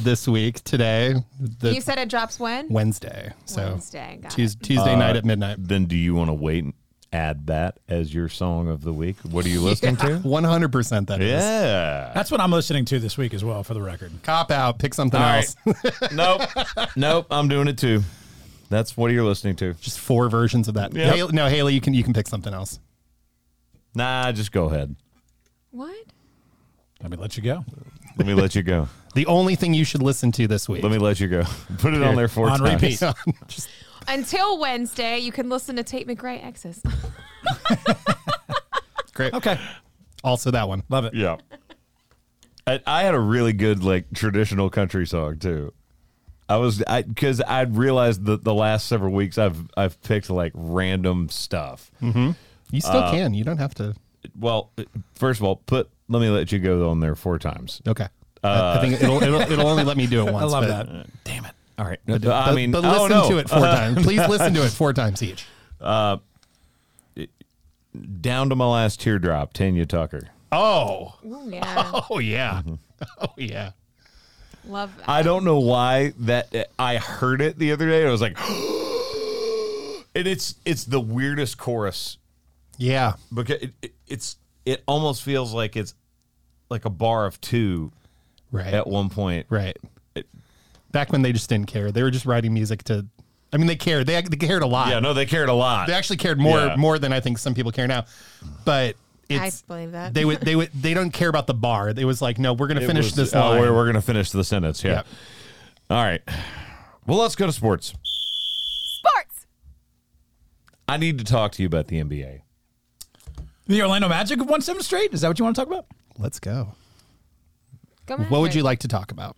Speaker 4: this week, today, the
Speaker 3: You said it drops when?
Speaker 4: Wednesday. So
Speaker 3: Wednesday, got
Speaker 4: Tues- Tuesday
Speaker 1: Uh,
Speaker 4: night at midnight.
Speaker 1: Then do you want to wait and add that as your song of the week? What are you listening to?
Speaker 4: 100% that is.
Speaker 1: Yeah.
Speaker 5: That's what I'm listening to this week as well, for the record.
Speaker 4: Cop out, pick something
Speaker 1: All right.
Speaker 4: else.
Speaker 1: nope. Nope. I'm doing it too. That's what are you listening to?
Speaker 4: Just four versions of that.
Speaker 1: Yep.
Speaker 4: Haley, no, Haley, you can you can pick something else.
Speaker 1: Nah, just go ahead.
Speaker 3: What?
Speaker 5: Let me let you go.
Speaker 1: Let me let you go.
Speaker 4: The only thing you should listen to this week.
Speaker 1: Let me let you go. Put it on there four
Speaker 5: On
Speaker 1: times.
Speaker 5: repeat.
Speaker 4: Just-
Speaker 3: Until Wednesday, you can listen to Tate McRae X's.
Speaker 4: great.
Speaker 5: Okay.
Speaker 4: Also that one.
Speaker 5: Love it.
Speaker 1: Yeah. I, I had a really good like traditional country song too. I was I because I realized that the last several weeks I've I've picked like random stuff.
Speaker 5: Hmm.
Speaker 4: You still
Speaker 1: Uh,
Speaker 4: can. You don't have to.
Speaker 1: Well, first of all, put let me let you go on there four times.
Speaker 4: Okay.
Speaker 1: uh,
Speaker 4: I, I think it'll, it'll it'll only let me do it
Speaker 5: I
Speaker 4: once.
Speaker 5: love
Speaker 4: but-
Speaker 5: that. Damn it.
Speaker 1: All right. No,
Speaker 4: But,
Speaker 1: I mean,
Speaker 4: but
Speaker 1: I
Speaker 4: listen
Speaker 1: don't know.
Speaker 4: to it four times. Please listen to it four times each.
Speaker 1: Down to my last teardrop, Tanya Tucker.
Speaker 4: Oh,
Speaker 3: Oh, yeah.
Speaker 4: oh yeah,
Speaker 1: Mm-hmm.
Speaker 4: oh yeah.
Speaker 3: Love that.
Speaker 1: I don't know why that I heard it the other day. and I was like, and it's it's the weirdest chorus
Speaker 4: Yeah.
Speaker 1: because it, it, it's it almost feels like it's like a bar of two
Speaker 4: Right.
Speaker 1: at one point.
Speaker 4: Right. Back when they just didn't care, they were just writing music to. I mean, they cared. They, they cared a lot.
Speaker 1: Yeah, no, they cared a lot.
Speaker 4: They actually cared more
Speaker 1: Yeah.
Speaker 4: more than I think some people care now. But it's
Speaker 3: believe that.
Speaker 4: they would they would they don't care about the bar. It was like, no, we're gonna
Speaker 1: It
Speaker 4: finish
Speaker 1: was-
Speaker 4: this.
Speaker 1: Oh,
Speaker 4: line.
Speaker 1: we're, we're gonna finish the sentence. Yeah.
Speaker 4: Yep.
Speaker 1: All right. Well, let's go to sports.
Speaker 3: Sports.
Speaker 1: I need to talk to you about the NBA.
Speaker 5: The Orlando Magic have won seven straight. Is that what you want to talk about?
Speaker 4: Let's go.
Speaker 3: Go
Speaker 4: What would
Speaker 3: Magic.
Speaker 4: you like to talk about?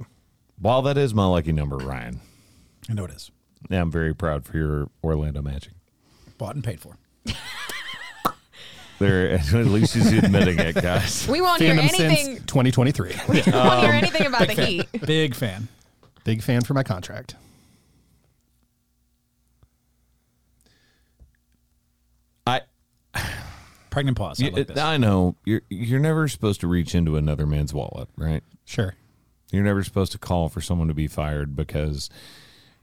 Speaker 1: While that is my lucky number, Ryan,
Speaker 5: I know it is.
Speaker 1: yeah, I'm very proud for your Orlando Magic.
Speaker 5: Bought and paid for.
Speaker 1: There, at least he's admitting it, guys.
Speaker 3: We won't hear
Speaker 4: Fandom
Speaker 3: anything.
Speaker 4: since 2023.
Speaker 3: won't hear anything about the Heat.
Speaker 5: Big fan.
Speaker 4: Big fan for my contract.
Speaker 1: I,
Speaker 5: Pregnant pause. I like this.
Speaker 1: I know you're you're never supposed to reach into another man's wallet, right?
Speaker 4: Sure.
Speaker 1: You're never supposed to call for someone to be fired because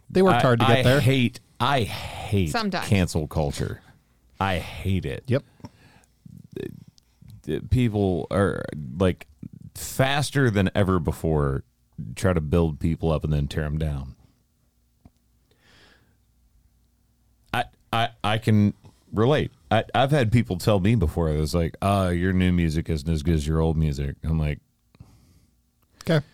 Speaker 4: They worked hard to
Speaker 1: I,
Speaker 4: get there.
Speaker 1: I hate I hate
Speaker 3: Sometimes.
Speaker 1: cancel culture. I hate it.
Speaker 4: yep.
Speaker 1: Th- People are like faster than ever before try to build people up and then tear them down. I I I can relate. I, I've had people tell me before I was like, "Uh, your new music isn't as good as your old music." I'm like,
Speaker 4: Okay.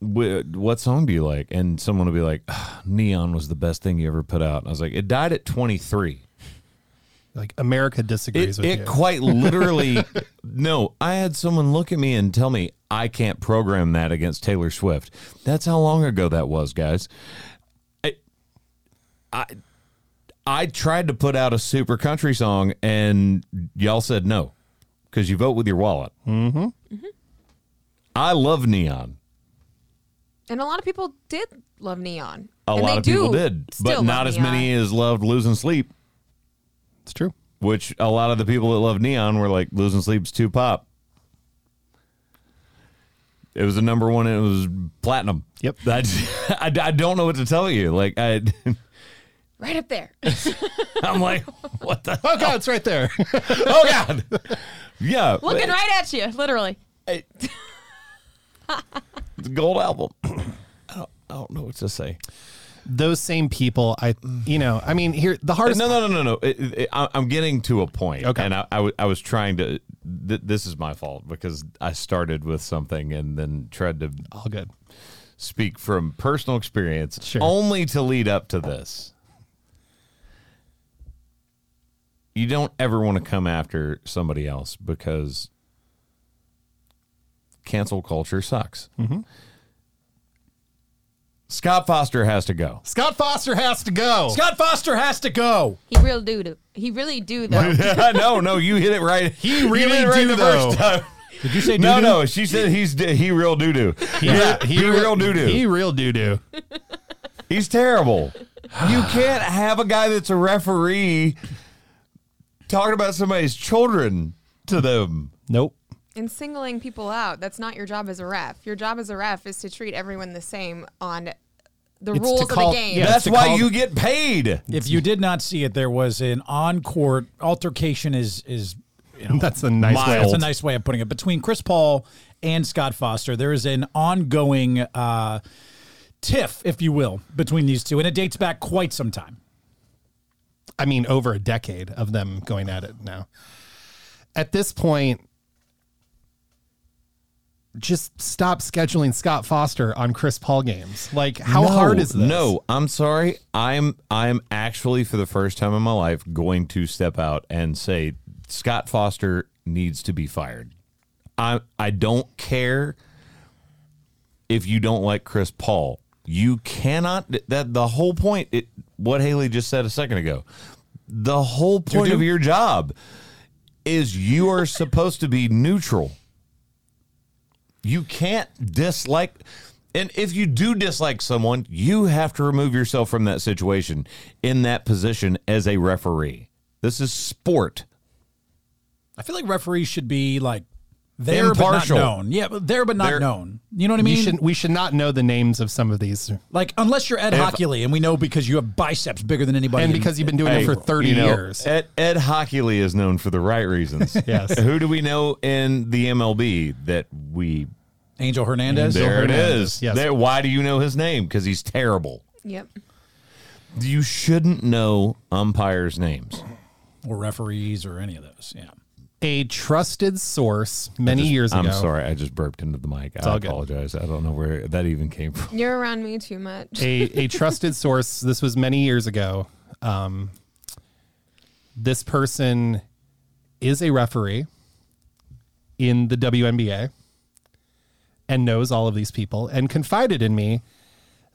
Speaker 1: "Wh- "What song do you like?" And someone will be like, "Ah, "Neon was the best thing you ever put out." And I was like, "It died at 23."
Speaker 4: Like America disagrees
Speaker 1: It,
Speaker 4: with
Speaker 1: it
Speaker 4: you.
Speaker 1: quite literally. no, I had someone look at me and tell me I can't program that against Taylor Swift. That's how long ago that was, guys. I, I, I tried to put out a super country song, and y'all said no because you vote with your wallet. Mm-hmm. I love neon.
Speaker 3: And a lot of people did love neon.
Speaker 1: A
Speaker 3: and
Speaker 1: lot
Speaker 3: they
Speaker 1: of people
Speaker 3: do
Speaker 1: did,
Speaker 3: still
Speaker 1: but not
Speaker 3: love
Speaker 1: as
Speaker 3: Neon.
Speaker 1: many as loved losing sleep.
Speaker 4: it's true.
Speaker 1: which a lot of the people that love Neon were like losing sleep's too pop. It was a number one. It was platinum.
Speaker 4: Yep.
Speaker 1: That's, I, I don't know what to tell you. Like I,
Speaker 3: Right up there.
Speaker 1: I'm like, what the?
Speaker 4: Oh God, it's right there.
Speaker 1: Oh God. Yeah.
Speaker 3: Looking right at you, literally.
Speaker 1: It's a gold album. I don't, I don't know what to say.
Speaker 4: Those same people, I, you know, I mean, here the hardest.
Speaker 1: No, no, no, no, no. It, it, I, I'm getting to a point.
Speaker 4: Okay.
Speaker 1: And I, I, w- I was trying to. Th- this is my fault because I started with something and then tried to
Speaker 4: All good.
Speaker 1: speak from personal experience
Speaker 4: Sure.
Speaker 1: only to lead up to this. You don't ever want to come after somebody else because cancel culture sucks. Scott Foster has to go.
Speaker 4: Scott Foster has to go.
Speaker 5: Scott Foster has to go.
Speaker 3: He really do. do- He really do though.
Speaker 1: no, no, you hit it right. He
Speaker 4: really do, though.
Speaker 1: time.
Speaker 5: Did you say
Speaker 1: No,
Speaker 5: doo-doo?
Speaker 1: no, she said he's d- he real doo doo.
Speaker 4: yeah,
Speaker 1: he, real doo doo.
Speaker 4: He real doo doo.
Speaker 1: He's terrible. You can't have a guy that's a referee talking about somebody's children to them.
Speaker 4: Nope.
Speaker 3: and singling people out, that's not your job as a ref. Your job as a ref is to treat everyone the same on the
Speaker 4: to
Speaker 3: rules
Speaker 4: call-
Speaker 3: of the game.
Speaker 4: yeah.
Speaker 1: That's
Speaker 4: to
Speaker 1: why
Speaker 4: call-
Speaker 1: you get paid.
Speaker 5: If you did not see it, there was an on-court altercation. Is is you know,
Speaker 4: That's a nice way.
Speaker 1: Mild.
Speaker 5: That's a nice way of putting it. Between Chris Paul and Scott Foster, there is an ongoing uh, tiff, if you will, between these two, and it dates back quite some time.
Speaker 4: I mean, over a decade of them going at it now. At this point, just stop scheduling Scott Foster on Chris Paul games. Like, how
Speaker 1: No,
Speaker 4: hard is this?
Speaker 1: No, I'm sorry. I'm I'm actually for the first time in my life going to step out and say Scott Foster needs to be fired. I I don't care if you don't like Chris Paul. You cannot that the whole point it, what Haley just said a second ago. The whole point of your job is you are supposed to be neutral. You can't dislike. And if you do dislike someone, you have to remove yourself from that situation in that position as a referee. This is sport.
Speaker 5: I feel like referees should be like there
Speaker 1: Impartial.
Speaker 5: but not known. Yeah, but there but not
Speaker 1: They're-
Speaker 5: known. You know what I mean?
Speaker 4: we should we should not know the names of some of these,
Speaker 5: like unless you're Ed Hockley, and we know because you have biceps bigger than anybody,
Speaker 4: and
Speaker 5: in-
Speaker 4: because you've been doing it for thirty
Speaker 1: You know,
Speaker 4: years.
Speaker 1: Ed, Ed Hockley is known for the right reasons.
Speaker 4: Yes.
Speaker 1: Who do we know in the MLB that we.
Speaker 5: Angel Hernandez.
Speaker 1: There it
Speaker 4: Hernandez,
Speaker 1: is.
Speaker 4: yes.
Speaker 1: There- why do you know his name? Because he's terrible.
Speaker 3: Yep.
Speaker 1: You shouldn't know umpires' names.
Speaker 5: or referees or any of those. Yeah.
Speaker 4: A trusted source many years ago.
Speaker 1: I'm sorry. I just burped into the mic. I
Speaker 4: all good.
Speaker 1: apologize. I don't know where that even came from.
Speaker 3: You're around me too much.
Speaker 4: a, a trusted source. This was many years ago. Um, this person is a referee in the WNBA, and knows all of these people and confided in me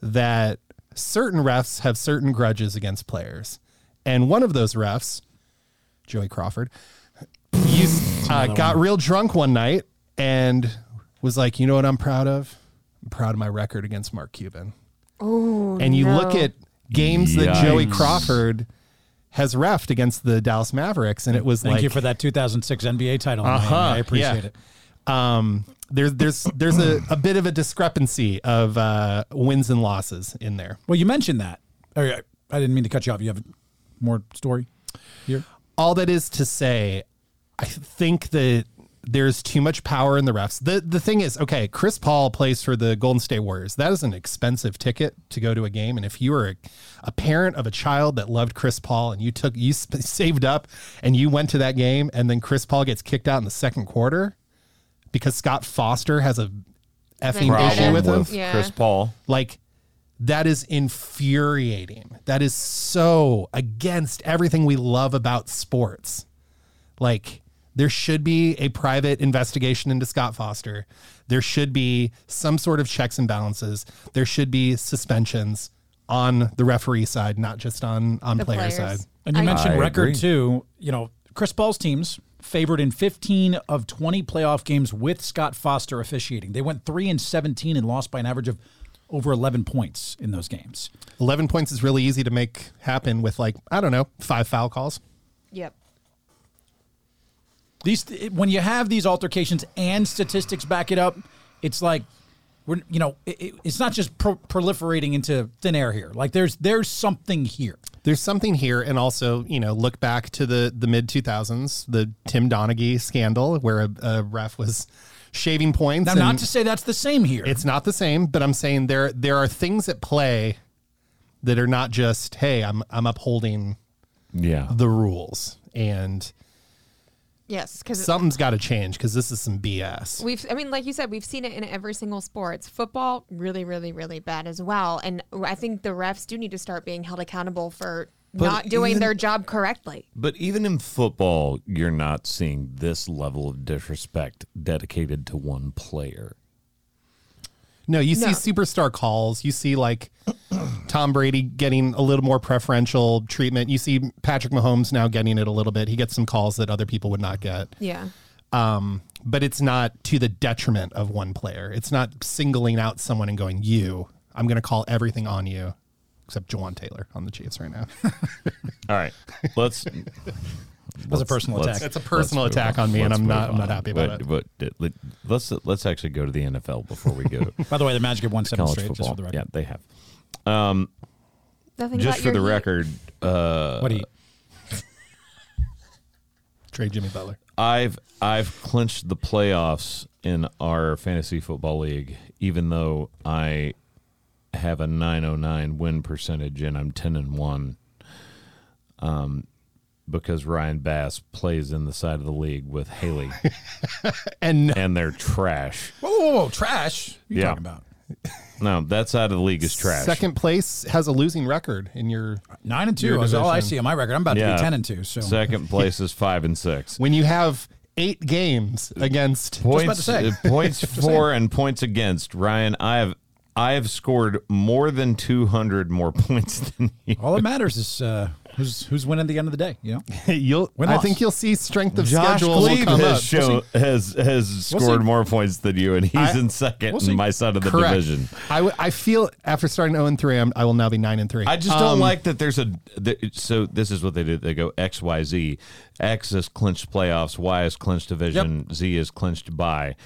Speaker 4: that certain refs have certain grudges against players. And one of those refs, Joey Crawford, he uh, got real drunk one night and was like, you know what I'm proud of? I'm proud of my record against Mark Cuban. Oh, and you
Speaker 3: no.
Speaker 4: look at games that Joey
Speaker 1: Yikes.
Speaker 4: Crawford has refed against the Dallas Mavericks, and it was
Speaker 5: Thank
Speaker 4: like,
Speaker 5: you for that 2006 NBA title. man.
Speaker 4: Uh-huh,
Speaker 5: I appreciate
Speaker 4: yeah.
Speaker 5: it.
Speaker 4: um, there's there's there's a, a bit of a discrepancy of uh, wins and losses in there.
Speaker 5: Well, you mentioned that. Oh, yeah. I didn't mean to cut you off. You have more story here?
Speaker 4: all that is to say, I think that there's too much power in the refs. The the thing is, okay, Chris Paul plays for the Golden State Warriors. That is an expensive ticket to go to a game, and if you were a, a parent of a child that loved Chris Paul and you took you sp- saved up and you went to that game, and then Chris Paul gets kicked out in the second quarter because Scott Foster has a effing
Speaker 3: Problem
Speaker 4: issue with him
Speaker 3: with- Yeah.
Speaker 1: Chris Paul.
Speaker 4: like that is infuriating that is so against everything we love about sports like there should be a private investigation into Scott Foster. There should be some sort of checks and balances. There should be suspensions on the referee side, not just on on
Speaker 3: The
Speaker 4: player
Speaker 3: players.
Speaker 4: side.
Speaker 5: And you
Speaker 3: I-
Speaker 5: mentioned
Speaker 1: I
Speaker 5: record
Speaker 1: agree.
Speaker 5: too. You know, Chris Paul's teams favored in 15 of 20 playoff games with Scott Foster officiating. They went 3 and 17 and lost by an average of over 11 points in those games.
Speaker 4: 11 points is really easy to make happen with like, I don't know, five foul calls.
Speaker 3: Yep.
Speaker 5: These when you have these altercations and statistics back it up, it's like we're you know, it, it- it's not just pro- proliferating into thin air here. Like there's there's something here.
Speaker 4: there's something here and also you know look back to the the mid 2000s the tim donaghy scandal where a, a ref was shaving points
Speaker 5: Now,
Speaker 4: and
Speaker 5: not to say that's the same here.
Speaker 4: it's not the same but i'm saying there there are things at play that are not just hey i'm i'm upholding
Speaker 1: Yeah.
Speaker 4: the rules and
Speaker 3: Yes, because
Speaker 4: something's got to change because this is some bs
Speaker 3: We've, I mean, like you said, we've seen it in every single sports. Football, really, really, really bad as well. And I think the refs do need to start being held accountable for not doing
Speaker 1: even-
Speaker 3: their job correctly.
Speaker 1: But even in football, you're not seeing this level of disrespect dedicated to one player.
Speaker 4: No, you see
Speaker 3: No.
Speaker 4: superstar calls. You see like Tom Brady getting a little more preferential treatment. You see Patrick Mahomes now getting it a little bit. He gets some calls that other people would not get.
Speaker 3: Yeah.
Speaker 4: Um, but it's not to the detriment of one player. It's not singling out someone and going, "You, I'm going to call everything on you," except Jawan Taylor on the Chiefs right now.
Speaker 1: All right, let's.
Speaker 5: was a personal
Speaker 1: let's-
Speaker 5: attack.
Speaker 4: It's a personal
Speaker 1: let's move
Speaker 4: attack on me, and
Speaker 1: Let's
Speaker 4: I'm
Speaker 1: move
Speaker 4: not- I'm not
Speaker 1: on.
Speaker 4: happy about
Speaker 1: But- but let- let's let's actually go to the NFL before we go to
Speaker 5: By the way, the Magic have won seven
Speaker 1: college
Speaker 5: straight. Just
Speaker 1: football.
Speaker 5: for the record.
Speaker 1: Yeah, they have.
Speaker 3: Nothing
Speaker 1: Just
Speaker 3: about
Speaker 1: for
Speaker 3: your
Speaker 1: the
Speaker 3: heat.
Speaker 1: record,
Speaker 5: What do you?
Speaker 4: Trade Jimmy Butler.
Speaker 1: I've I've clinched the playoffs in our fantasy football league, even though I have a 909 win percentage and I'm 10 and one. Um, because Ryan Bass plays in the side of the league with Haley,
Speaker 4: And
Speaker 1: and they're trash.
Speaker 5: Whoa, whoa, whoa, trash! What are you
Speaker 1: Yeah.
Speaker 5: talking about?
Speaker 1: No, that side of the league is trash.
Speaker 4: second place has a losing record in your
Speaker 5: Nine and
Speaker 4: Your
Speaker 5: two is all I
Speaker 4: division.
Speaker 5: see on my record. I'm about to
Speaker 1: Yeah.
Speaker 5: be ten and two. So
Speaker 1: second place is five and six.
Speaker 4: when you have eight games against
Speaker 5: about
Speaker 1: points
Speaker 5: to say.
Speaker 1: uh, points for and points against Ryan. I have I have scored more than 200 more points than you.
Speaker 5: all that matters is uh, who's who's winning at the end of the day. You know,
Speaker 4: you'll
Speaker 5: Win
Speaker 4: I
Speaker 5: loss.
Speaker 4: think you'll see strength of
Speaker 1: Josh
Speaker 4: schedule will
Speaker 1: Glebe
Speaker 4: come
Speaker 1: has
Speaker 4: up.
Speaker 1: shown has has scored
Speaker 5: see.
Speaker 1: more points than you, and he's
Speaker 4: I-
Speaker 1: in 2nd
Speaker 5: we'll see.
Speaker 1: in my side of the
Speaker 4: Correct.
Speaker 1: division.
Speaker 4: I, w- I feel after starting 0 and 3, I'm, I will now be 9 and Um, 3.
Speaker 1: I just don't like that there's a. th- so this is what they do. They go X Y Z. X is clinched playoffs. Y is clinched division. Z is clinched by.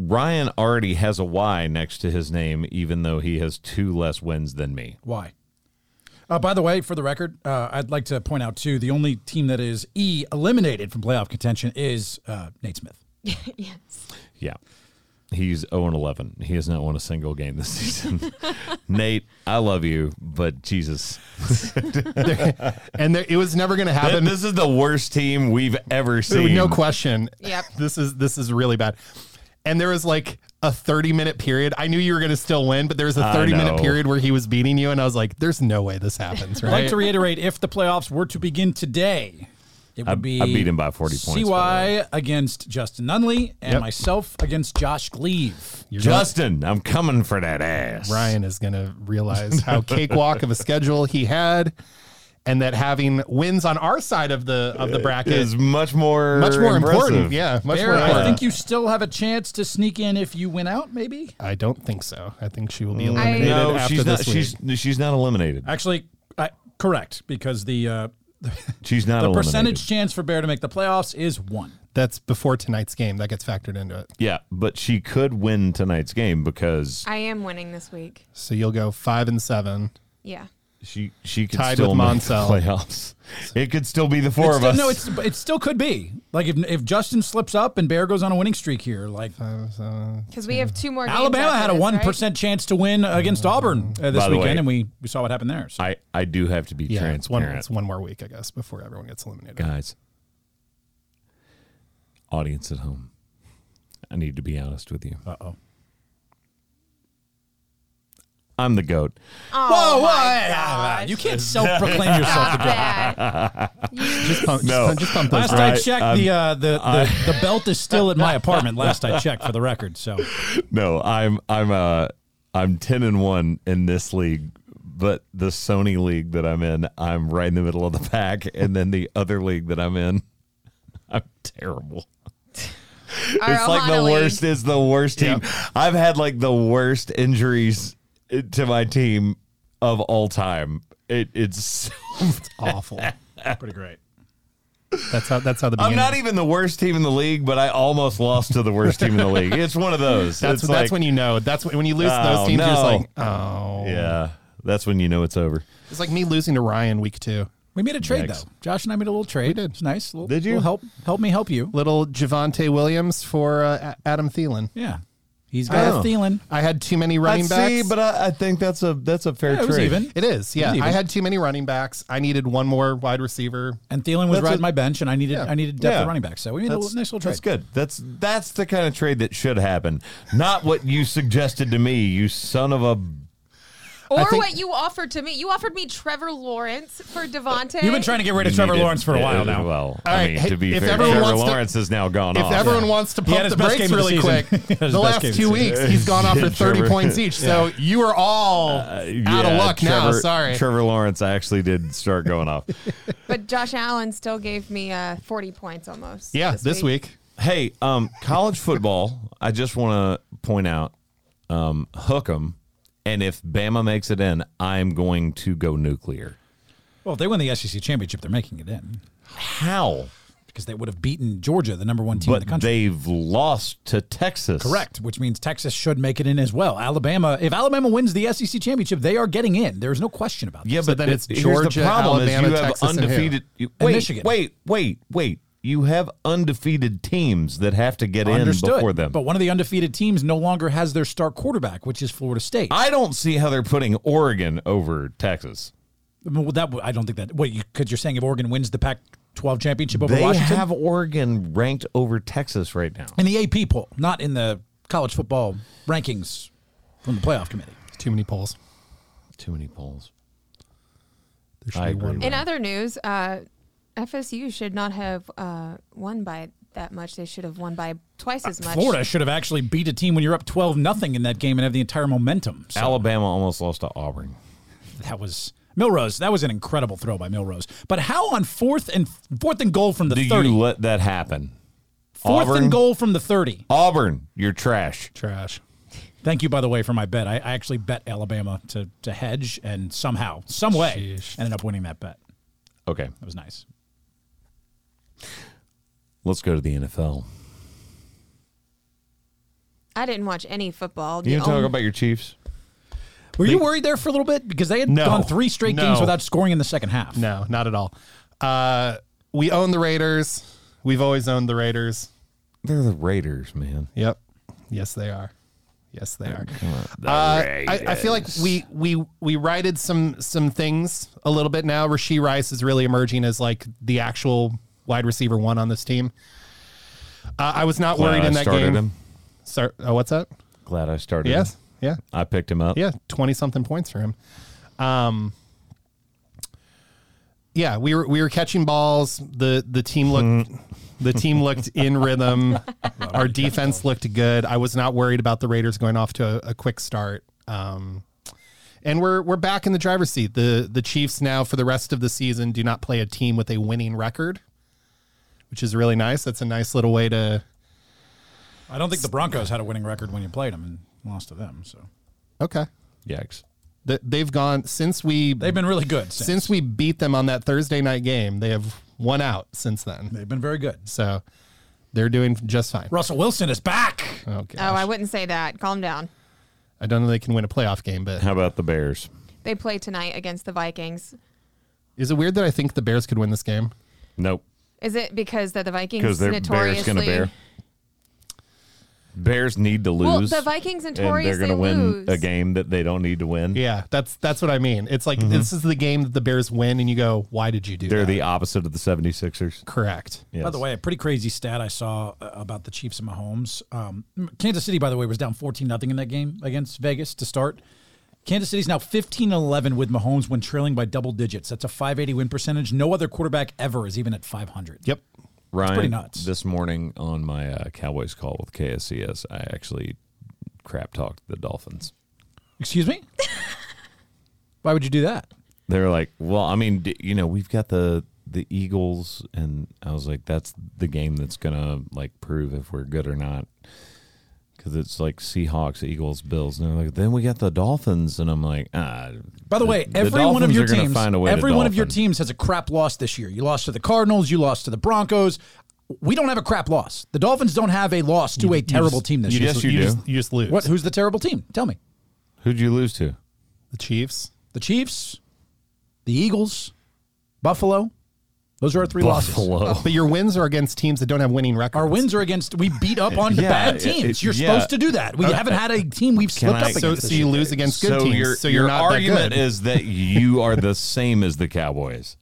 Speaker 1: Ryan already has a Y next to his name, even though he has two less wins than me.
Speaker 5: why? Uh, by the way, for the record, uh, I'd like to point out too the only team that is E eliminated from playoff contention is uh, Nate Smith.
Speaker 3: yes.
Speaker 1: Yeah. He's 0 and 11. He has not won a single game this season. Nate, I love you, but Jesus.
Speaker 4: and there, it was never going to happen.
Speaker 1: this is the worst team we've ever seen.
Speaker 4: no question.
Speaker 3: Yep.
Speaker 4: This is this is really bad. And there was like a 30 minute period. I knew you were going to still win, but there was a
Speaker 1: I
Speaker 4: 30 minute
Speaker 1: know.
Speaker 4: period where he was beating you and I was like there's no way this happens,
Speaker 5: I'd like
Speaker 4: right?
Speaker 5: to reiterate if the playoffs were to begin today, It
Speaker 1: I-
Speaker 5: would be
Speaker 1: I beat him by 40 points, by the
Speaker 5: CY against Justin Nunley and
Speaker 1: Yep.
Speaker 5: myself against Josh Gleave.
Speaker 4: You're
Speaker 1: Justin, I'm coming for that ass.
Speaker 4: Ryan is going to realize how cakewalk of a schedule he had, and that having wins on our side of the of the bracket
Speaker 1: is
Speaker 4: is
Speaker 1: much more
Speaker 4: much more important.
Speaker 1: impressive.
Speaker 4: Yeah, much
Speaker 5: Bear,
Speaker 4: more
Speaker 5: I
Speaker 4: important.
Speaker 5: think you still have a chance to sneak in if you win out, maybe.
Speaker 4: I don't think so. I think she will be eliminated
Speaker 1: No,
Speaker 4: after
Speaker 1: she's not.
Speaker 4: this week.
Speaker 1: She's she's not eliminated.
Speaker 5: Actually, I, correct because the uh, the
Speaker 1: She's not eliminated.
Speaker 5: percentage chance for Bear to make the playoffs is one.
Speaker 4: That's before tonight's game. That gets factored into it.
Speaker 1: Yeah, but she could win tonight's game because
Speaker 3: I am winning this week.
Speaker 4: So you'll go five and seven.
Speaker 3: Yeah.
Speaker 1: she she could
Speaker 4: Tied
Speaker 1: still
Speaker 4: with
Speaker 1: make the
Speaker 4: Monsell.
Speaker 1: playoffs. It could still be the four
Speaker 5: It's
Speaker 1: of
Speaker 5: still,
Speaker 1: us.
Speaker 5: No, it's it still could be like if if Justin slips up and Bear goes on a winning streak here, like
Speaker 4: Uh,
Speaker 3: Because we have two more games
Speaker 5: Alabama
Speaker 3: after
Speaker 5: had a
Speaker 3: this,
Speaker 5: one
Speaker 3: right?
Speaker 5: chance to win against Auburn uh, this
Speaker 1: Mm. By the
Speaker 5: weekend,
Speaker 1: way-
Speaker 5: and we, we saw what happened there. So.
Speaker 1: I I do have to be
Speaker 4: Yeah, it's one,
Speaker 1: transparent,
Speaker 4: it's one more week, I guess, before everyone gets eliminated.
Speaker 1: guys. Audience at home, I need to be honest with you.
Speaker 5: Uh oh.
Speaker 1: I'm the goat.
Speaker 3: Oh,
Speaker 5: Whoa, whoa!
Speaker 3: my
Speaker 5: hey, ah,
Speaker 3: gosh.
Speaker 5: You can't self-proclaim yourself.
Speaker 3: Stop that.
Speaker 4: Just pump,
Speaker 1: No.
Speaker 4: just pump, just pump those
Speaker 5: Last I
Speaker 1: Right, Um,
Speaker 5: checked, the, uh, the the the belt is still at my apartment. Last I checked, for the record. So
Speaker 1: No, I'm I'm uh I'm ten and one in this league, but the Sony league that I'm in, I'm right in the middle of the pack, and then the other league that I'm in, I'm terrible.
Speaker 3: Our
Speaker 1: it's like the
Speaker 3: Ohana League.
Speaker 1: worst is the worst team. I've had like the worst injuries to my team of all time. It, it's
Speaker 4: awful.
Speaker 5: pretty great.
Speaker 4: That's how. That's how the.
Speaker 1: I'm
Speaker 4: Beginning,
Speaker 1: not even the worst team in the league, but I almost lost to the worst team in the league. It's one of those.
Speaker 4: That's
Speaker 1: it's
Speaker 4: that's
Speaker 1: like,
Speaker 4: when you know. That's when, when you lose to
Speaker 1: Oh,
Speaker 4: those teams. You're just
Speaker 1: no.
Speaker 4: like, oh,
Speaker 1: yeah, that's when you know it's over.
Speaker 4: It's like me losing to Ryan week two.
Speaker 5: We made a trade
Speaker 1: Next.
Speaker 5: though. Josh and I made a little trade. It was nice. Little,
Speaker 1: Did you?
Speaker 5: little help? Help me help you.
Speaker 4: Little Javante Williams for uh, A- Adam Thielen.
Speaker 5: Yeah, he's got
Speaker 1: Oh.
Speaker 5: a Thielen.
Speaker 4: I had too many running backs.
Speaker 1: See, but I, I think that's a that's a fair
Speaker 5: Yeah, it was
Speaker 1: trade.
Speaker 5: even.
Speaker 4: it is. Yeah,
Speaker 5: even.
Speaker 4: I had too many running backs. I needed one more wide receiver.
Speaker 5: And Thielen was
Speaker 1: That's
Speaker 5: riding
Speaker 1: a-
Speaker 5: my bench, and I needed I needed depth
Speaker 1: Yeah.
Speaker 5: of running back. So we made a little, nice little trade.
Speaker 1: That's good. That's that's the kind of trade that should happen, not what you suggested to me, you son of a.
Speaker 3: Or
Speaker 4: I think-
Speaker 3: what you offered to me. You offered me Trevor Lawrence for Devontae.
Speaker 5: You've been trying to get rid of Trevor
Speaker 1: Needed-
Speaker 5: Lawrence for a while
Speaker 1: uh,
Speaker 5: now.
Speaker 1: Well,
Speaker 4: All
Speaker 1: I
Speaker 4: right,
Speaker 1: mean,
Speaker 4: hey,
Speaker 1: to be
Speaker 4: if
Speaker 1: fair,
Speaker 4: everyone
Speaker 1: Trevor
Speaker 4: wants to-
Speaker 1: Lawrence has now gone
Speaker 4: If
Speaker 1: off.
Speaker 4: everyone wants to
Speaker 5: Oh, He had
Speaker 4: pump
Speaker 5: his
Speaker 4: the brakes
Speaker 5: best game of the
Speaker 4: really quick,
Speaker 5: season. He had his
Speaker 4: the
Speaker 5: best
Speaker 4: last
Speaker 5: game of
Speaker 4: two
Speaker 5: the
Speaker 4: weeks he's gone off for thirty
Speaker 1: Trevor-
Speaker 4: points each. So you are all
Speaker 5: Uh,
Speaker 1: Yeah,
Speaker 4: out of luck now.
Speaker 1: Trevor-
Speaker 4: Sorry.
Speaker 1: Trevor Lawrence actually did start going off.
Speaker 3: But Josh Allen still gave me uh, 40 points almost.
Speaker 4: yeah, this, week.
Speaker 1: hey, um, college football. I just want to point out, um, hook 'em, and if Bama makes it in, I'm going to go nuclear.
Speaker 5: Well, if they win the SEC championship, they're making it in
Speaker 1: How?
Speaker 5: because they would have beaten Georgia, the number one team in
Speaker 1: But
Speaker 5: the country.
Speaker 1: they've lost to Texas.
Speaker 5: Correct, which means Texas should make it in as well. Alabama, if Alabama wins the SEC championship, they are getting in. There's no question about that.
Speaker 1: Yeah,
Speaker 4: So
Speaker 1: but
Speaker 4: then
Speaker 1: it-
Speaker 4: it's
Speaker 1: here's
Speaker 4: Georgia,
Speaker 1: the problem
Speaker 4: Alabama,
Speaker 1: is you have
Speaker 4: Texas, and who?
Speaker 1: undefeated. you-
Speaker 5: And
Speaker 1: wait,
Speaker 5: Michigan.
Speaker 1: wait, wait, wait. You have undefeated teams that have to get
Speaker 5: Understood.
Speaker 1: in before them.
Speaker 5: But one of the undefeated teams no longer has their star quarterback, which is Florida State. I,
Speaker 1: I don't see how they're putting Oregon over Texas.
Speaker 5: mean, well, that I don't think that. Wait, because you, are saying if Oregon wins the Pac-12 championship over
Speaker 1: They
Speaker 5: Washington
Speaker 1: have Oregon ranked over Texas right now.
Speaker 5: in the AP poll, not in the college football rankings from the playoff committee.
Speaker 4: Too many polls.
Speaker 1: Too many polls.
Speaker 4: There should
Speaker 1: I
Speaker 4: be
Speaker 1: agree.
Speaker 4: one.
Speaker 3: In other news, uh, FSU should not have uh, won by that much. They should have won by twice
Speaker 1: Uh,
Speaker 3: as much.
Speaker 5: Florida should have actually beat a team when you're up 12 nothing in that game and have the entire momentum. So
Speaker 1: Alabama almost lost to Auburn.
Speaker 5: that was Milrose. That was an incredible throw by Milrose. But how on fourth and fourth and goal from the
Speaker 1: Do
Speaker 5: 30?
Speaker 1: you let that happen?
Speaker 5: fourth
Speaker 1: Auburn,
Speaker 5: and goal from the 30.
Speaker 1: Auburn, you're trash.
Speaker 4: Trash.
Speaker 5: Thank you, by the way, for my bet. I, I actually bet Alabama to, to hedge and somehow, some way,
Speaker 4: Sheesh.
Speaker 5: ended up winning that bet.
Speaker 1: Okay,
Speaker 5: That was nice.
Speaker 1: let's go to the NFL.
Speaker 3: I didn't watch any football. The
Speaker 1: You talk
Speaker 3: only-
Speaker 1: about your Chiefs?
Speaker 5: Were you worried there for a little bit? Because they had
Speaker 4: No.
Speaker 5: gone three straight
Speaker 4: No.
Speaker 5: games without scoring in the second half.
Speaker 4: No, not at all. Uh, we own the Raiders. We've always owned the Raiders.
Speaker 1: They're the Raiders, man.
Speaker 4: Yep. Yes, they are. Yes, they are. Uh, I, I feel like we we we righted some some things a little bit now. Rasheed Rice is really emerging as like the actual wide receiver one on this team. Uh, I was not
Speaker 1: Glad
Speaker 4: worried
Speaker 1: I
Speaker 4: in that
Speaker 1: started
Speaker 4: game.
Speaker 1: him.
Speaker 4: Sar- oh, what's that?
Speaker 1: Glad I started.
Speaker 4: Yes, yeah.
Speaker 1: I picked him up.
Speaker 4: Yeah, twenty something points for him. Um, yeah, we were we were catching balls. The the team looked the team looked in rhythm. Our defense looked good. I was not worried about the Raiders going off to a, a quick start. Um, and we're we're back in the driver's seat. The the Chiefs now for the rest of the season do not play a team with a winning record, which is really nice. That's a nice little way to
Speaker 5: I don't think the Broncos had a winning record when you played them and lost to them. So
Speaker 4: okay.
Speaker 1: Yikes.
Speaker 4: Th- They've gone since we
Speaker 5: they've been really good since.
Speaker 4: since we beat them on that Thursday night game. They have won out since then.
Speaker 5: they've been very good.
Speaker 4: So they're doing just fine.
Speaker 5: Russell Wilson is back.
Speaker 4: Oh, gosh.
Speaker 3: Oh, I wouldn't say that. Calm down.
Speaker 4: I don't know they can win a playoff game, but
Speaker 1: How about the Bears?
Speaker 3: They play tonight against the Vikings.
Speaker 4: is it weird that I think the Bears could win this game?
Speaker 1: Nope.
Speaker 3: Is it because that the Vikings
Speaker 1: Because they're Bears
Speaker 3: notoriously
Speaker 1: gonna bear. Bears need to
Speaker 3: Well,
Speaker 1: lose.
Speaker 3: the Vikings
Speaker 1: and they're
Speaker 3: notoriously
Speaker 1: gonna win
Speaker 3: lose.
Speaker 1: a game that they don't need to win.
Speaker 4: Yeah, that's that's what I mean. It's
Speaker 5: Mm-hmm.
Speaker 4: like this is the game that the Bears win, and you go, "Why did you do
Speaker 1: They're
Speaker 4: that?"
Speaker 1: the opposite of the 76ers.
Speaker 4: Correct.
Speaker 1: Yes.
Speaker 5: By the way, a pretty crazy stat I saw uh, about the Chiefs and Mahomes. Um, Kansas City, by the way, was down 14 nothing in that game against Vegas to start. Kansas City's now 15 11 with Mahomes when trailing by double digits. That's a 580 win percentage. No other quarterback ever is even at 500.
Speaker 4: Yep.
Speaker 1: Ryan,
Speaker 5: pretty nuts.
Speaker 1: this morning on my uh, Cowboys call with KSCS, I actually crap talked the Dolphins.
Speaker 5: Excuse me? Why would you do that?
Speaker 1: They're like, well, I mean, d- you know, we've got the the Eagles, and I was like, that's the game that's gonna like prove if we're good or not, because it's like Seahawks, Eagles, Bills, and they're like, then we got the Dolphins, and I'm like, ah.
Speaker 5: By the way, every one of
Speaker 1: Dolphins
Speaker 5: your
Speaker 1: are gonna
Speaker 5: teams,
Speaker 1: find a way to
Speaker 5: every one of your
Speaker 1: dolphin.
Speaker 5: teams has a crap loss this year. You lost to the Cardinals. You lost to the Broncos. We don't have a crap loss. The Dolphins don't have a loss to a terrible team this
Speaker 1: you
Speaker 5: year.
Speaker 1: just- you
Speaker 4: just,
Speaker 1: do.
Speaker 4: you just lose.
Speaker 5: what? Who's the terrible team? Tell me.
Speaker 1: Who'd you lose to?
Speaker 4: The Chiefs.
Speaker 5: The Chiefs, the Eagles, Buffalo. Those are our three losses.
Speaker 1: Buffalo.
Speaker 4: But your wins are against teams that don't have winning records.
Speaker 5: Oh. Our wins are against. We beat up on
Speaker 1: Yeah,
Speaker 5: bad
Speaker 1: it-
Speaker 5: teams.
Speaker 1: it-
Speaker 5: You're
Speaker 1: yeah. Uh,
Speaker 5: supposed to do that. We haven't had a team we've
Speaker 1: Can
Speaker 5: slipped
Speaker 1: I-
Speaker 5: up
Speaker 4: so,
Speaker 5: against.
Speaker 4: so
Speaker 5: this
Speaker 4: you
Speaker 5: year.
Speaker 4: lose against good teams.
Speaker 1: Your,
Speaker 4: so you're
Speaker 1: your
Speaker 4: not that
Speaker 1: argument
Speaker 4: good.
Speaker 1: is that you are the same as the Cowboys.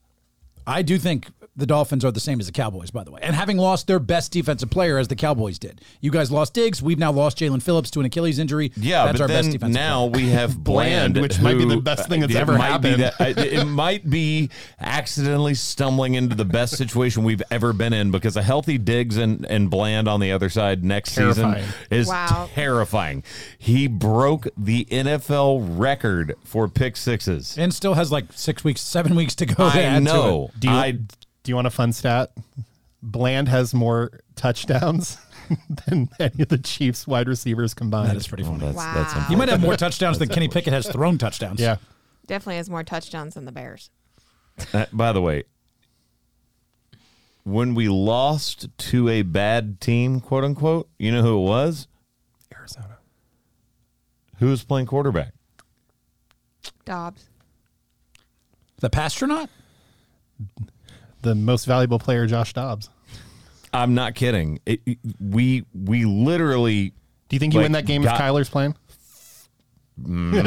Speaker 5: I do think the Dolphins are the same as the Cowboys, by the way. And having lost their best defensive player as the Cowboys did, you guys lost Diggs. We've now lost Jalen Phillips to an Achilles injury.
Speaker 1: Yeah,
Speaker 5: that's
Speaker 1: but
Speaker 5: our
Speaker 1: then
Speaker 5: best defensive
Speaker 1: now we have
Speaker 4: Bland,
Speaker 1: Bland,
Speaker 4: which might be the
Speaker 1: who- uh,
Speaker 4: best thing that's
Speaker 1: it
Speaker 4: ever
Speaker 1: might be
Speaker 4: happened.
Speaker 1: that- it- it might be accidentally stumbling into the best situation we've ever been in because a healthy Diggs and, and Bland on the other side next
Speaker 4: Terrifying.
Speaker 1: season is
Speaker 3: Wow.
Speaker 1: terrifying. He broke the NFL record for pick sixes.
Speaker 5: player. and still has like six weeks, seven weeks to go. to
Speaker 1: I
Speaker 5: add to
Speaker 1: know.
Speaker 5: it.
Speaker 4: Do you,
Speaker 1: I
Speaker 4: do you want a fun stat? Bland has more touchdowns than any of the Chiefs wide receivers combined.
Speaker 5: That is pretty funny.
Speaker 1: oh, that's,
Speaker 3: Wow.
Speaker 1: that's
Speaker 3: You
Speaker 5: You
Speaker 1: unfortunate.
Speaker 5: might have more touchdowns than Kenny Pickett has thrown touchdowns.
Speaker 4: yeah.
Speaker 3: Definitely has more touchdowns than the Bears.
Speaker 1: Uh, by the way, when we lost to a bad team, quote unquote, you know who it was?
Speaker 4: Arizona.
Speaker 1: Who was playing quarterback?
Speaker 3: Dobbs.
Speaker 5: The Pastronaut?
Speaker 4: The most valuable player, Josh Dobbs.
Speaker 1: I'm not kidding. It, it- we we literally.
Speaker 4: Do you think you
Speaker 1: Like,
Speaker 4: win that game if
Speaker 1: got-
Speaker 4: Kyler's playing?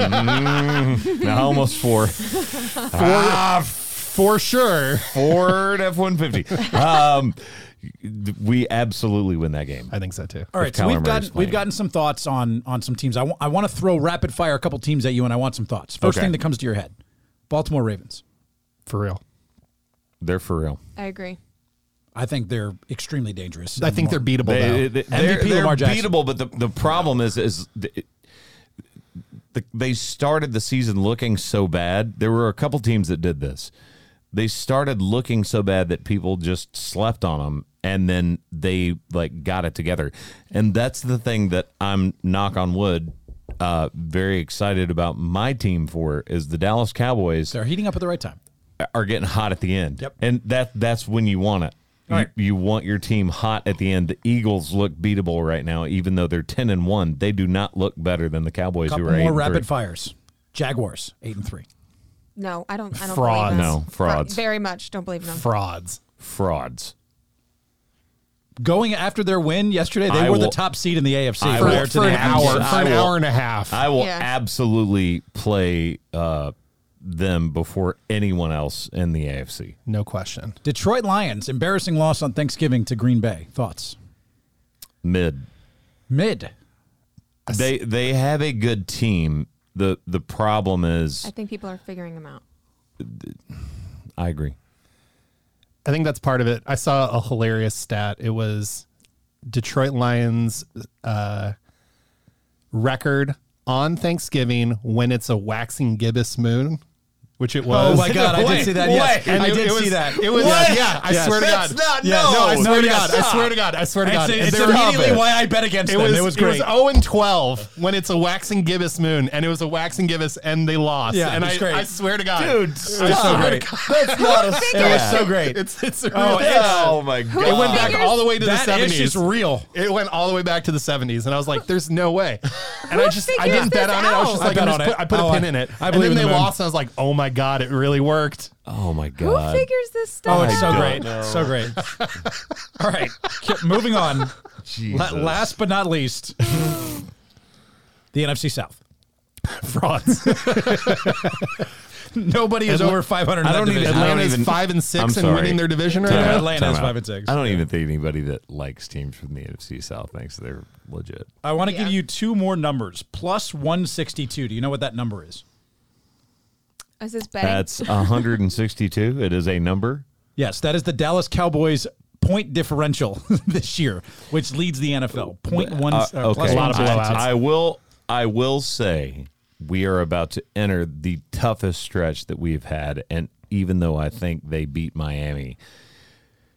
Speaker 1: Now almost four.
Speaker 4: For sure.
Speaker 1: Ford F one fifty. Um, we absolutely win that game.
Speaker 4: I think so too.
Speaker 5: All right, so
Speaker 1: Kyler
Speaker 5: we've
Speaker 1: Murray's
Speaker 5: gotten we've
Speaker 1: playing.
Speaker 5: gotten some thoughts on on some teams. I want to throw rapid fire a couple teams at you, and I want some thoughts. First
Speaker 1: Okay.
Speaker 5: thing that comes to your head: Baltimore Ravens.
Speaker 4: For real.
Speaker 1: They're for real.
Speaker 3: I agree.
Speaker 5: I think they're extremely dangerous.
Speaker 4: I think they're beatable
Speaker 1: They,
Speaker 4: though.
Speaker 1: they, they're
Speaker 5: MVP
Speaker 1: they're
Speaker 5: Lamar Jackson.
Speaker 1: beatable, but the, the problem is is th- the, they started the season looking so bad. There were a couple teams that did this. They started looking so bad that people just slept on them, and then they like got it together. And that's the thing that I'm knock on wood. Uh, very excited about my team for is the Dallas Cowboys
Speaker 5: they're heating up at the right time.
Speaker 1: are getting hot at the end.
Speaker 5: Yep.
Speaker 1: And that that's when you want it. You, you want your team hot at the end. The Eagles look beatable right now, even though they're ten and one. They do not look better than the Cowboys
Speaker 5: Couple
Speaker 1: who are eight
Speaker 5: more
Speaker 1: and
Speaker 5: rapid
Speaker 1: three.
Speaker 5: fires. Jaguars eight and three.
Speaker 3: No, I don't. I don't
Speaker 4: Fraud.
Speaker 3: Believe in them.
Speaker 1: No, frauds.
Speaker 3: Fra- very much. Don't believe in them.
Speaker 4: Frauds.
Speaker 1: frauds.
Speaker 5: Going after their win yesterday, they
Speaker 1: I
Speaker 5: were the
Speaker 1: will-
Speaker 5: top seed in the AFC
Speaker 1: I
Speaker 5: prior
Speaker 1: will-
Speaker 5: to the
Speaker 1: an
Speaker 5: Rams.
Speaker 1: hour.
Speaker 4: For an
Speaker 1: I will-
Speaker 4: hour and a half.
Speaker 1: I will
Speaker 3: Yeah.
Speaker 1: absolutely play uh, them before anyone else in the AFC.
Speaker 4: no question.
Speaker 5: Detroit Lions embarrassing loss on Thanksgiving to Green Bay. Thoughts?
Speaker 1: Mid.
Speaker 5: Mid.
Speaker 1: They they have a good team. The the problem is
Speaker 3: I think people are figuring them out.
Speaker 1: I agree.
Speaker 4: I think that's part of it. I saw a hilarious stat. It was Detroit Lions uh, record on Thanksgiving when it's a waxing gibbous moon, which it was.
Speaker 5: Oh my god, I did see that. Yes,
Speaker 4: And
Speaker 5: I
Speaker 4: it-
Speaker 5: did
Speaker 4: it was-
Speaker 5: see that.
Speaker 4: It was
Speaker 5: What?
Speaker 4: yeah. I
Speaker 5: Yes.
Speaker 4: swear to
Speaker 1: That's
Speaker 4: God,
Speaker 1: not-
Speaker 4: Yeah,
Speaker 1: no.
Speaker 4: I
Speaker 1: No,
Speaker 4: swear to
Speaker 1: yeah,
Speaker 4: God, I
Speaker 1: stop.
Speaker 4: swear to God, I swear to God.
Speaker 5: It's, it's
Speaker 4: They were-
Speaker 5: immediately
Speaker 1: it.
Speaker 5: why I bet against
Speaker 4: It
Speaker 5: them.
Speaker 4: was,
Speaker 5: it was
Speaker 4: it was
Speaker 5: great.
Speaker 4: 0 and 12 when it's a waxing gibbous moon, and it was a waxing gibbous, and they lost.
Speaker 5: Yeah,
Speaker 4: and
Speaker 5: it's
Speaker 4: I,
Speaker 5: great.
Speaker 4: I swear to God,
Speaker 1: Dude,
Speaker 4: it was
Speaker 5: Oh
Speaker 4: so
Speaker 1: stop.
Speaker 4: great.
Speaker 5: That's not a It was so great.
Speaker 4: It's it's a real
Speaker 5: Oh,
Speaker 4: thing.
Speaker 5: it's-
Speaker 1: Oh my god!
Speaker 4: It went back all the way to the
Speaker 5: that ish
Speaker 4: seventies.
Speaker 5: is real.
Speaker 4: It went all the way back to the seventies, and I was like, "There's no way." And I
Speaker 3: Who
Speaker 4: just I
Speaker 3: figures
Speaker 4: didn't bet
Speaker 3: this
Speaker 4: on it. I was just
Speaker 5: out?
Speaker 4: like,
Speaker 5: I
Speaker 4: I,
Speaker 5: bet
Speaker 4: just
Speaker 5: on it.
Speaker 4: put, I put
Speaker 5: Oh,
Speaker 4: a pin
Speaker 5: I-
Speaker 4: in it.
Speaker 5: I
Speaker 4: and
Speaker 5: believe
Speaker 4: then
Speaker 5: in
Speaker 4: they
Speaker 5: the moon.
Speaker 4: lost, and I was like, "Oh my god, it really worked."
Speaker 1: Oh my god!
Speaker 3: Who figures this stuff
Speaker 5: Oh, it's so
Speaker 3: out?
Speaker 1: don't
Speaker 5: great.
Speaker 1: know.
Speaker 5: So great. All right. Keep moving on.
Speaker 1: Jesus.
Speaker 5: La- last but not least, the NFC South.
Speaker 4: Frauds.
Speaker 5: Nobody is
Speaker 4: Atla-
Speaker 5: over 500 in
Speaker 1: I
Speaker 5: that
Speaker 1: don't even-
Speaker 5: division.
Speaker 1: I don't
Speaker 4: Atlanta's
Speaker 1: even-
Speaker 4: five and 6
Speaker 1: I'm
Speaker 4: and
Speaker 1: sorry.
Speaker 4: winning their division right
Speaker 1: Time
Speaker 5: Yeah,
Speaker 1: out,
Speaker 4: now.
Speaker 5: Atlanta
Speaker 1: time
Speaker 5: is
Speaker 1: out.
Speaker 5: five and six.
Speaker 1: I don't even think anybody that likes teams from the NFC South thinks they're legit.
Speaker 5: I want to
Speaker 3: Yeah.
Speaker 5: give you two more numbers. Plus 162. Do you know what that number is?
Speaker 3: Is this betting?
Speaker 1: That's 162. It is a number.
Speaker 5: Yes, that is the Dallas Cowboys point differential this year, which leads the NFL. Point one,
Speaker 1: Uh,
Speaker 5: uh, plus
Speaker 1: okay,
Speaker 5: one
Speaker 1: I-
Speaker 5: sixty-two.
Speaker 1: I, will. I will say we are about to enter the toughest stretch that we've had, and even though I think they beat Miami,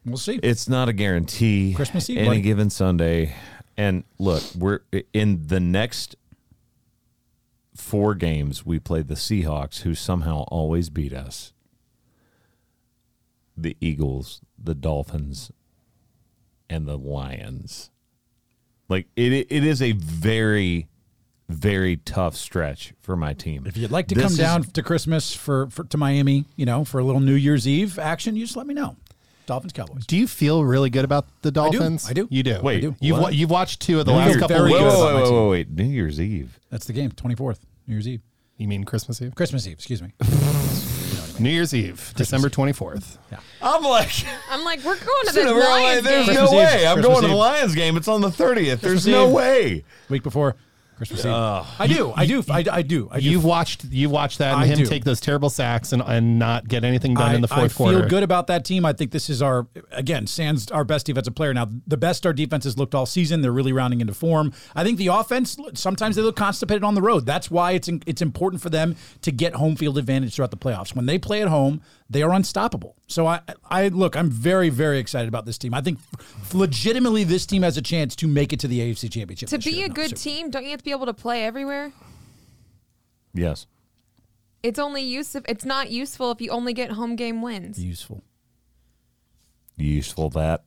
Speaker 5: We'll see.
Speaker 1: it's not a guarantee.
Speaker 5: Christmas Eve,
Speaker 1: any
Speaker 5: buddy.
Speaker 1: given Sunday, and look, we're in the next four games. We play the Seahawks, who somehow always beat us. The Eagles, the Dolphins, and the Lions. Like it, it is a very, very tough stretch for my team.
Speaker 5: if you'd like to
Speaker 1: This
Speaker 5: come
Speaker 1: is-
Speaker 5: down to Christmas for, for to Miami, you know, for a little New Year's Eve action, you just let me know. Dolphins Cowboys.
Speaker 4: Do you feel really good about the
Speaker 5: do.
Speaker 4: Dolphins?
Speaker 5: I do.
Speaker 4: You do.
Speaker 1: Wait,
Speaker 4: I do. you've
Speaker 1: what?
Speaker 4: wa- you've watched two of the
Speaker 5: No,
Speaker 4: last
Speaker 5: you're
Speaker 4: couple
Speaker 5: very
Speaker 1: wait,
Speaker 4: weeks.
Speaker 5: good.
Speaker 1: wait,
Speaker 5: about my
Speaker 1: wait,
Speaker 5: team.
Speaker 1: wait, wait. New Year's Eve.
Speaker 5: That's the game. Twenty fourth, New Year's Eve,
Speaker 4: You mean Christmas Eve?
Speaker 5: Christmas Eve. Excuse me.
Speaker 4: New Year's Eve, December twenty fourth.
Speaker 1: I'm like.
Speaker 3: I'm like, we're going to
Speaker 1: Dude,
Speaker 3: this
Speaker 1: I'm really
Speaker 3: Lions
Speaker 1: like,
Speaker 3: game.
Speaker 1: There's no
Speaker 5: Christmas
Speaker 1: way.
Speaker 5: Eve.
Speaker 1: I'm
Speaker 5: Christmas
Speaker 1: going to the
Speaker 5: Eve.
Speaker 1: Lions game. It's on the 30th. There's
Speaker 5: Christmas
Speaker 1: no
Speaker 5: Eve.
Speaker 1: way.
Speaker 5: Week before Christmas Eve. I do. I do. I, I do. I do.
Speaker 4: You've watched you've watched that and
Speaker 5: I
Speaker 4: him
Speaker 5: do.
Speaker 4: take those terrible sacks and, and not get anything done
Speaker 5: I,
Speaker 4: in the
Speaker 5: I
Speaker 4: fourth
Speaker 5: feel
Speaker 4: quarter.
Speaker 5: good about that team. I think this is our again, Sans our best defensive player. Now the best our defense has looked all season. They're really rounding into form. I think the offense sometimes they look constipated on the road. That's why it's it's important for them to get home field advantage throughout the playoffs. When they play at home, they are unstoppable. So I I look, I'm very very excited about this team. I think legitimately this team has a chance to make it to the AFC Championship.
Speaker 3: To
Speaker 5: this
Speaker 3: be
Speaker 5: year.
Speaker 3: a
Speaker 5: No,
Speaker 3: good
Speaker 5: so-
Speaker 3: team, don't you have to be able to play everywhere?
Speaker 1: Yes.
Speaker 3: It's only use if it's not useful if you only get home game wins.
Speaker 5: useful.
Speaker 1: Useful that.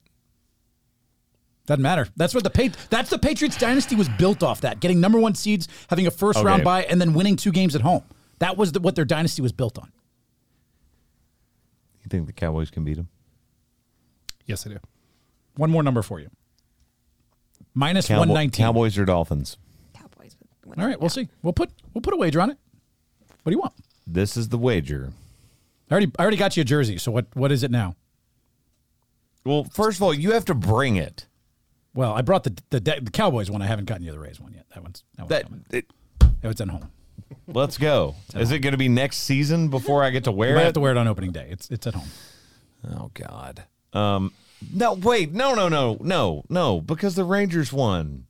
Speaker 5: Doesn't matter. That's what the Pat- that's the Patriots dynasty was built off that getting number one seeds, having a first round
Speaker 1: Okay.
Speaker 5: bye, and then winning two games at home. That was the, what their dynasty was built on.
Speaker 1: You think the Cowboys can beat them?
Speaker 4: Yes, I do.
Speaker 5: One more number for you. Minus one nineteen.
Speaker 1: Cowboys or Dolphins?
Speaker 3: Cowboys. would win.
Speaker 5: All right, we'll see. We'll put we'll put a wager on it. What do you want?
Speaker 1: This is the wager.
Speaker 5: I already I already got you a jersey. So what what is it now?
Speaker 1: Well, first of all, you have to bring it.
Speaker 5: Well, I brought the the, the Cowboys one. I haven't gotten you the Rays one yet. That one's that one's
Speaker 1: That
Speaker 5: coming.
Speaker 1: it,
Speaker 5: That one's at home.
Speaker 1: Let's go. Is it going to be next season before I get to
Speaker 5: You
Speaker 1: wear
Speaker 5: might
Speaker 1: it?
Speaker 5: have to wear it on opening day. It's it's at home.
Speaker 1: oh God. Um. No. Wait. No. No. No. No. No. Because the Rangers won.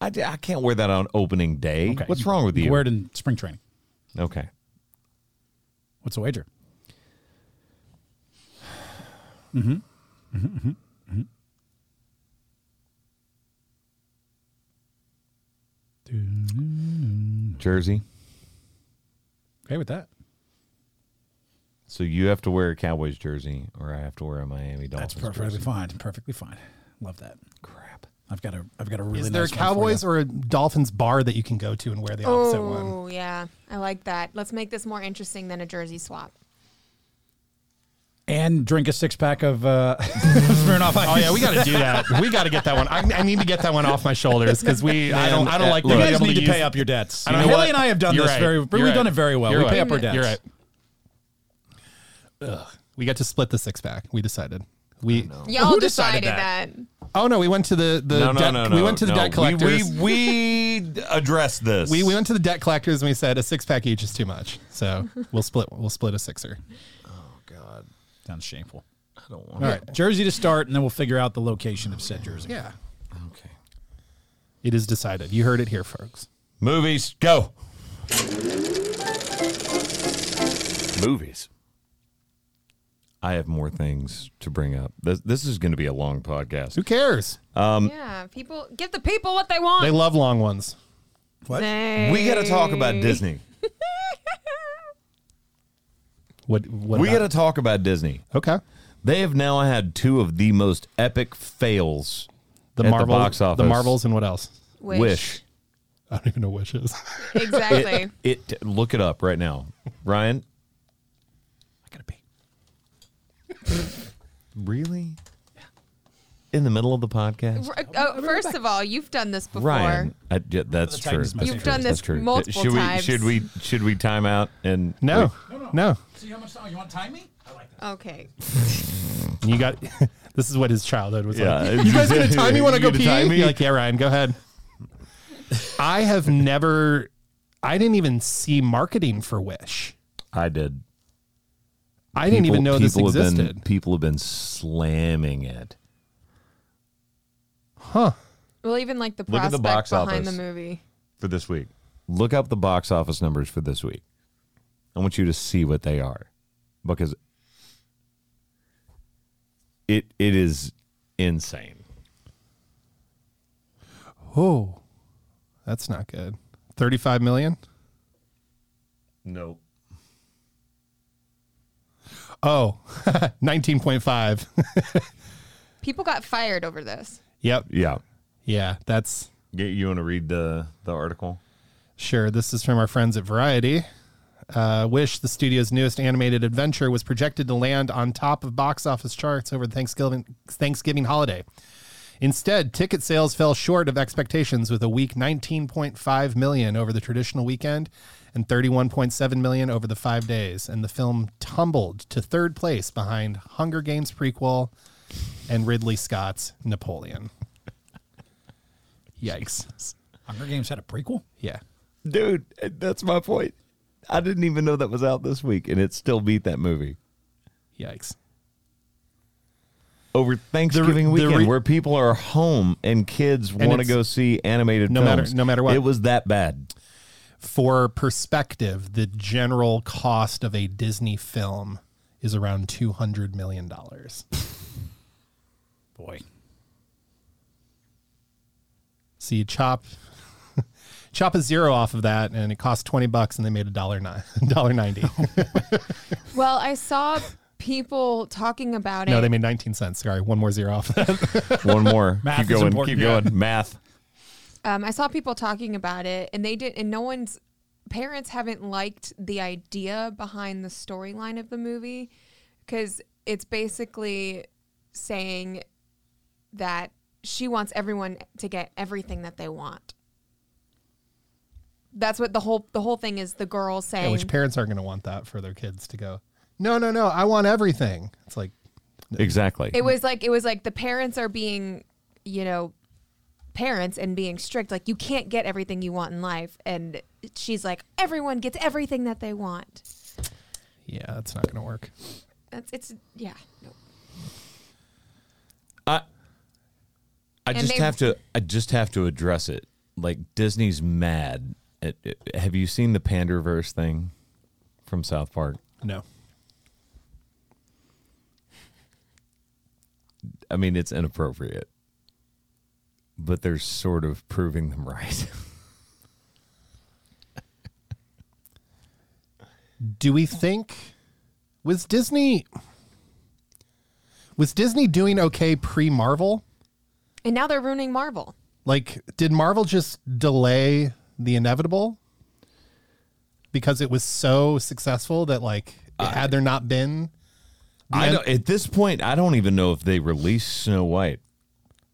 Speaker 1: I, d- I can't wear that on opening day.
Speaker 5: Okay.
Speaker 1: What's wrong with you?
Speaker 5: Wear it in spring training.
Speaker 1: okay.
Speaker 5: What's the wager?
Speaker 1: Jersey.
Speaker 5: Okay with that.
Speaker 1: So you have to wear a Cowboys jersey, or I have to wear a Miami Dolphins.
Speaker 5: That's perfectly
Speaker 1: jersey.
Speaker 5: fine. Perfectly fine. Love that. Crap. I've got a I've got a really
Speaker 4: Is there
Speaker 5: nice
Speaker 4: a Cowboys or a Dolphins bar that you can go to and wear the opposite one?
Speaker 3: Oh yeah, I like that. Let's make this more interesting than a jersey swap.
Speaker 5: and drink a six pack of uh Smirnoff Ice.
Speaker 4: Oh yeah, we got to do that. We got to get that one. I, I need to get that one off my shoulders because we. I don't. I don't
Speaker 1: uh,
Speaker 4: like.
Speaker 5: You
Speaker 4: being
Speaker 5: guys
Speaker 4: able
Speaker 5: need to
Speaker 4: use-
Speaker 5: pay up your debts.
Speaker 4: I
Speaker 5: You
Speaker 4: don't
Speaker 5: know,
Speaker 4: know
Speaker 5: Haley
Speaker 4: what-
Speaker 5: and I have done
Speaker 4: You're
Speaker 5: this
Speaker 4: right.
Speaker 5: very. We've
Speaker 4: You're
Speaker 5: done
Speaker 4: right.
Speaker 5: it very well.
Speaker 4: You're
Speaker 5: we
Speaker 4: right.
Speaker 5: pay up our debts.
Speaker 4: You're right. Ugh. We got to split the six pack. We decided. We
Speaker 3: Y'all
Speaker 4: Who
Speaker 3: decided, that?
Speaker 4: Oh no, we went to the the
Speaker 1: No, no,
Speaker 4: debt,
Speaker 1: no, no.
Speaker 4: we went to the
Speaker 1: no.
Speaker 4: debt
Speaker 1: We-
Speaker 4: collectors.
Speaker 1: We,
Speaker 4: We,
Speaker 1: we addressed this.
Speaker 4: we went to the debt collectors and we said a six pack each is too much. So we'll split we'll split a sixer.
Speaker 5: Sounds shameful.
Speaker 2: I don't want
Speaker 5: All right, Jersey to start, and then we'll figure out the location of said Jersey.
Speaker 4: Yeah.
Speaker 2: Okay.
Speaker 4: It is decided. You heard it here, folks.
Speaker 1: Movies, go.
Speaker 2: Movies.
Speaker 1: I have more things to bring up. This, this is going to be a long podcast.
Speaker 4: Who cares?
Speaker 3: yeah, people give the people what Um, they want.
Speaker 4: They love long ones.
Speaker 3: They-
Speaker 1: We got to talk about Disney.
Speaker 4: What? what
Speaker 1: We got to
Speaker 4: about-
Speaker 1: talk about Disney.
Speaker 4: Okay.
Speaker 1: They have now had two of the most epic fails
Speaker 4: The
Speaker 1: at
Speaker 4: Marvel,
Speaker 1: the box office.
Speaker 4: the Marvels, and what else?
Speaker 3: Wish.
Speaker 1: Wish.
Speaker 4: I don't even know which is.
Speaker 3: Exactly.
Speaker 1: It look it up right now, Ryan.
Speaker 5: I gotta pee.
Speaker 1: Really? In the middle of the podcast,
Speaker 3: R- oh, first of all, you've done this before.
Speaker 1: Ryan. I, yeah, that's true. That's
Speaker 5: Titans must be
Speaker 3: You've
Speaker 1: true.
Speaker 3: done
Speaker 1: That's
Speaker 3: this
Speaker 1: true.
Speaker 3: multiple
Speaker 1: should
Speaker 3: times.
Speaker 1: we should we should we time out and
Speaker 4: No,
Speaker 5: no.
Speaker 4: no,
Speaker 5: See how much time you want to time me? I like that.
Speaker 3: Okay.
Speaker 4: You got. this is what his childhood was
Speaker 1: Yeah,
Speaker 4: like. You guys gonna time me when I
Speaker 1: You
Speaker 4: go
Speaker 1: gonna
Speaker 4: pee?
Speaker 1: time me?
Speaker 4: You're like, yeah, Ryan, go ahead. I have never. I didn't even see marketing for Wish.
Speaker 1: I did.
Speaker 4: I didn't even know this
Speaker 1: have
Speaker 4: existed.
Speaker 1: been, people have been slamming it.
Speaker 3: Well, even like the
Speaker 1: Look
Speaker 3: prospect
Speaker 1: at the box
Speaker 3: behind
Speaker 1: office.
Speaker 3: the movie.
Speaker 1: for this week. Look up the box office numbers for this week. I want you to see what they are because it it is insane.
Speaker 4: Oh, that's not good. Thirty-five million.
Speaker 1: No.
Speaker 4: Oh, 19.5.
Speaker 3: People got fired over this.
Speaker 4: yep.
Speaker 1: Yeah.
Speaker 4: Yeah, that's
Speaker 1: Yeah, you want to read the the article?
Speaker 4: Sure. This is from our friends at Variety. Uh, Wish, the studio's newest animated adventure, was projected to land on top of box office charts over the Thanksgiving, Thanksgiving holiday. Instead, ticket sales fell short of expectations with a weak 19.5 million over the traditional weekend and 31.7 million over the 5 days, and the film tumbled to third place behind Hunger Games prequel and Ridley Scott's Napoleon. Yikes.
Speaker 5: Hunger Games had a prequel.
Speaker 4: Yeah.
Speaker 1: Dude, that's my point. I didn't even know that was out this week and it still beat that movie.
Speaker 4: Yikes.
Speaker 1: Over Thanksgiving
Speaker 4: the
Speaker 1: weekend,
Speaker 4: re-
Speaker 1: where people are home and kids want to
Speaker 4: it's-
Speaker 1: go see animated
Speaker 4: No matter-
Speaker 1: films,
Speaker 4: no matter what.
Speaker 1: it was that bad.
Speaker 4: for perspective, the general cost of a Disney film is around two hundred million dollars.
Speaker 5: Boy,
Speaker 4: So you chop chop a zero off of that, and it costs twenty bucks, and they made a dollar nine dollar ninety.
Speaker 3: Well, I saw people talking about
Speaker 4: no,
Speaker 3: it.
Speaker 4: they made nineteen cents. Sorry, one more zero off of that.
Speaker 1: One more.
Speaker 5: Math
Speaker 1: keep
Speaker 5: is
Speaker 1: going.
Speaker 5: important,
Speaker 1: Keep
Speaker 5: yeah.
Speaker 1: going. Math.
Speaker 3: um, I saw people talking about it, and they did, and no one's parents haven't liked the idea behind the storyline of the movie because it's basically saying that she wants everyone to get everything that they want. That's what the whole the whole thing is. The girl saying,
Speaker 4: Which parents aren't going to want that for their kids to go? No, no, no. I want everything. It's like
Speaker 1: Exactly.
Speaker 3: it was like it was like the parents are being you know parents and being strict like you can't get everything you want in life and she's like everyone gets everything that they want
Speaker 4: yeah, that's not going to work.
Speaker 3: that's it's yeah no.
Speaker 1: I I
Speaker 3: And
Speaker 1: just
Speaker 3: they-
Speaker 1: have to I just have to address it. Like Disney's mad. At, have you seen the Panderverse thing from South Park?
Speaker 4: No.
Speaker 1: I mean, it's inappropriate. But they're sort of proving them right.
Speaker 4: do we think was Disney was Disney doing okay pre Marvel?
Speaker 3: and now they're ruining marvel
Speaker 4: Like, did Marvel just delay the inevitable because it was so successful that like had there not been
Speaker 1: I
Speaker 4: Yeah.
Speaker 1: don't, at this point, I don't even know if they released Snow White.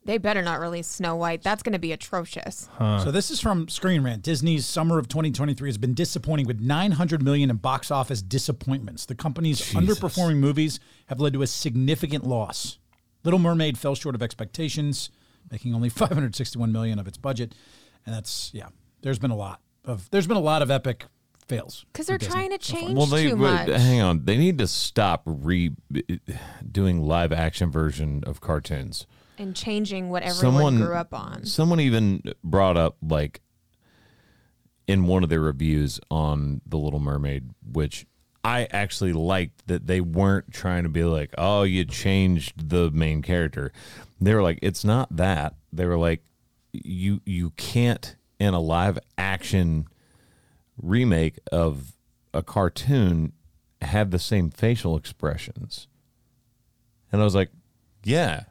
Speaker 3: they better not release snow white that's going to be atrocious
Speaker 5: So this is from Screen Rant. Disney's summer of 2023 has been disappointing with 900 million in box office disappointments. The company's underperforming movies have led to a significant loss. Little Mermaid fell short of expectations, making only 561 million of its budget, and that's yeah. There's been a lot of there's been a lot of epic fails.
Speaker 3: because they're trying to change
Speaker 1: Well, they
Speaker 3: too
Speaker 1: but
Speaker 3: much.
Speaker 1: hang on. They need to stop re doing live action version of cartoons.
Speaker 3: and changing what everyone
Speaker 1: Someone
Speaker 3: grew up on.
Speaker 1: Someone even brought up like in one of their reviews on The Little Mermaid, which I actually liked that they weren't trying to be like, "Oh, you changed the main character." They were like, "It's not that." They were like, "You you can't in a live action remake of a cartoon have the same facial expressions. And I was like, yeah,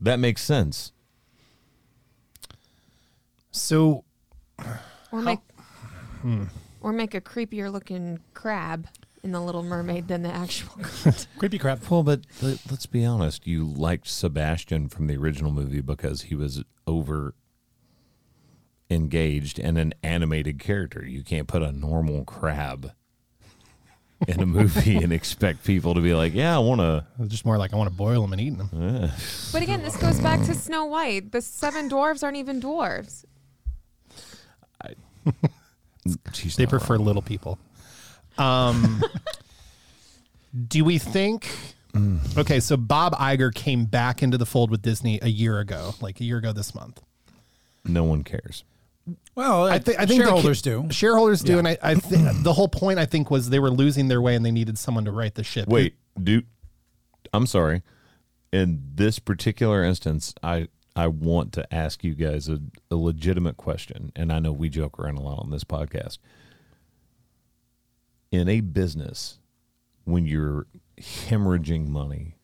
Speaker 1: that makes sense.
Speaker 4: So
Speaker 3: Or make
Speaker 1: Hmm.
Speaker 3: or make a creepier looking crab in the Little Mermaid than the actual.
Speaker 5: Creepy crap.
Speaker 1: Well, but let- let's be honest. You liked Sebastian from the original movie because he was over engaged and an animated character. You can't put a normal crab in a movie and expect people to be like, yeah, I want to.
Speaker 4: just more like I want to boil them and eat them.
Speaker 3: but again, this goes back to Snow White. The seven dwarves aren't even dwarves.
Speaker 1: She's
Speaker 4: They
Speaker 1: not
Speaker 4: prefer little people. Um, do we think?
Speaker 5: Mm.
Speaker 4: Okay, so Bob Iger came back into the fold with Disney a year ago, like a year ago this month.
Speaker 1: wrong. No one cares.
Speaker 5: Well,
Speaker 4: I, thi- I think the
Speaker 5: shareholders
Speaker 4: ca-
Speaker 5: do.
Speaker 4: Shareholders do, and I, I think the whole point I think was they were losing their way and they needed someone to right the ship.
Speaker 1: Wait, do I'm sorry. In this particular instance, I I want to ask you guys a, a legitimate question, and I know we joke around a lot on this podcast. In a business, when you're hemorrhaging money,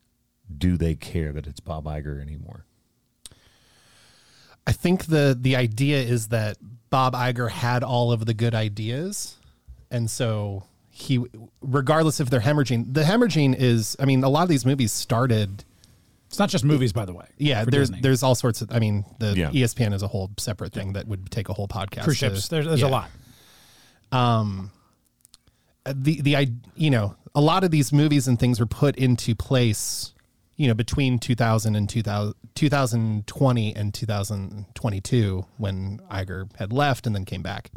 Speaker 1: do they care that it's Bob Iger anymore?
Speaker 4: I think the the idea is that Bob Iger had all of the good ideas, and so he, regardless if they're hemorrhaging, the hemorrhaging is. I mean, a lot of these movies started.
Speaker 5: It's not just movies, by the way.
Speaker 4: Yeah,
Speaker 5: for
Speaker 4: there's
Speaker 5: Disney.
Speaker 4: there's all sorts of. I mean, the E
Speaker 1: Yeah.
Speaker 4: ESPN is a whole separate thing that would take a whole podcast.
Speaker 5: cruise
Speaker 4: to-
Speaker 5: ships. There's, there's
Speaker 4: yeah.
Speaker 5: a lot.
Speaker 4: the the I you know a lot of these movies and things were put into place you know between 2000 and 2000, 2020 and 2022 when Iger had left and then came back.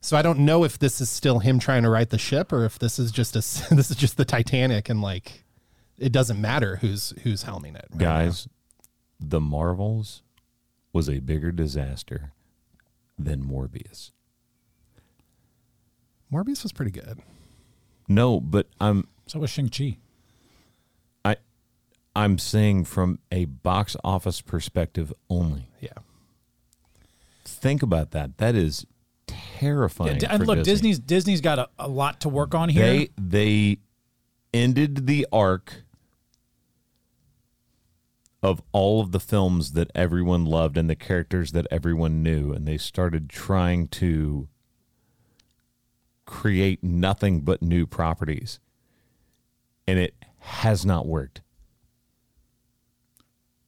Speaker 4: So I don't know if this is still him trying to right the ship or if this is just a s- this is just the Titanic and like it doesn't matter who's who's helming it. right?
Speaker 1: Guys, the Marvels was a bigger disaster than Morbius.
Speaker 4: Morbius was pretty good.
Speaker 1: No, but I'm
Speaker 5: So was Shang Chi.
Speaker 1: I I'm saying from a box office perspective only.
Speaker 4: Yeah.
Speaker 1: Think about that. That is terrifying.
Speaker 5: And
Speaker 1: for
Speaker 5: look,
Speaker 1: Disney.
Speaker 5: Disney's Disney's got a, a lot to work on here.
Speaker 1: They they ended the arc of all of the films that everyone loved and the characters that everyone knew, and they started trying to create nothing but new properties. And it has not worked.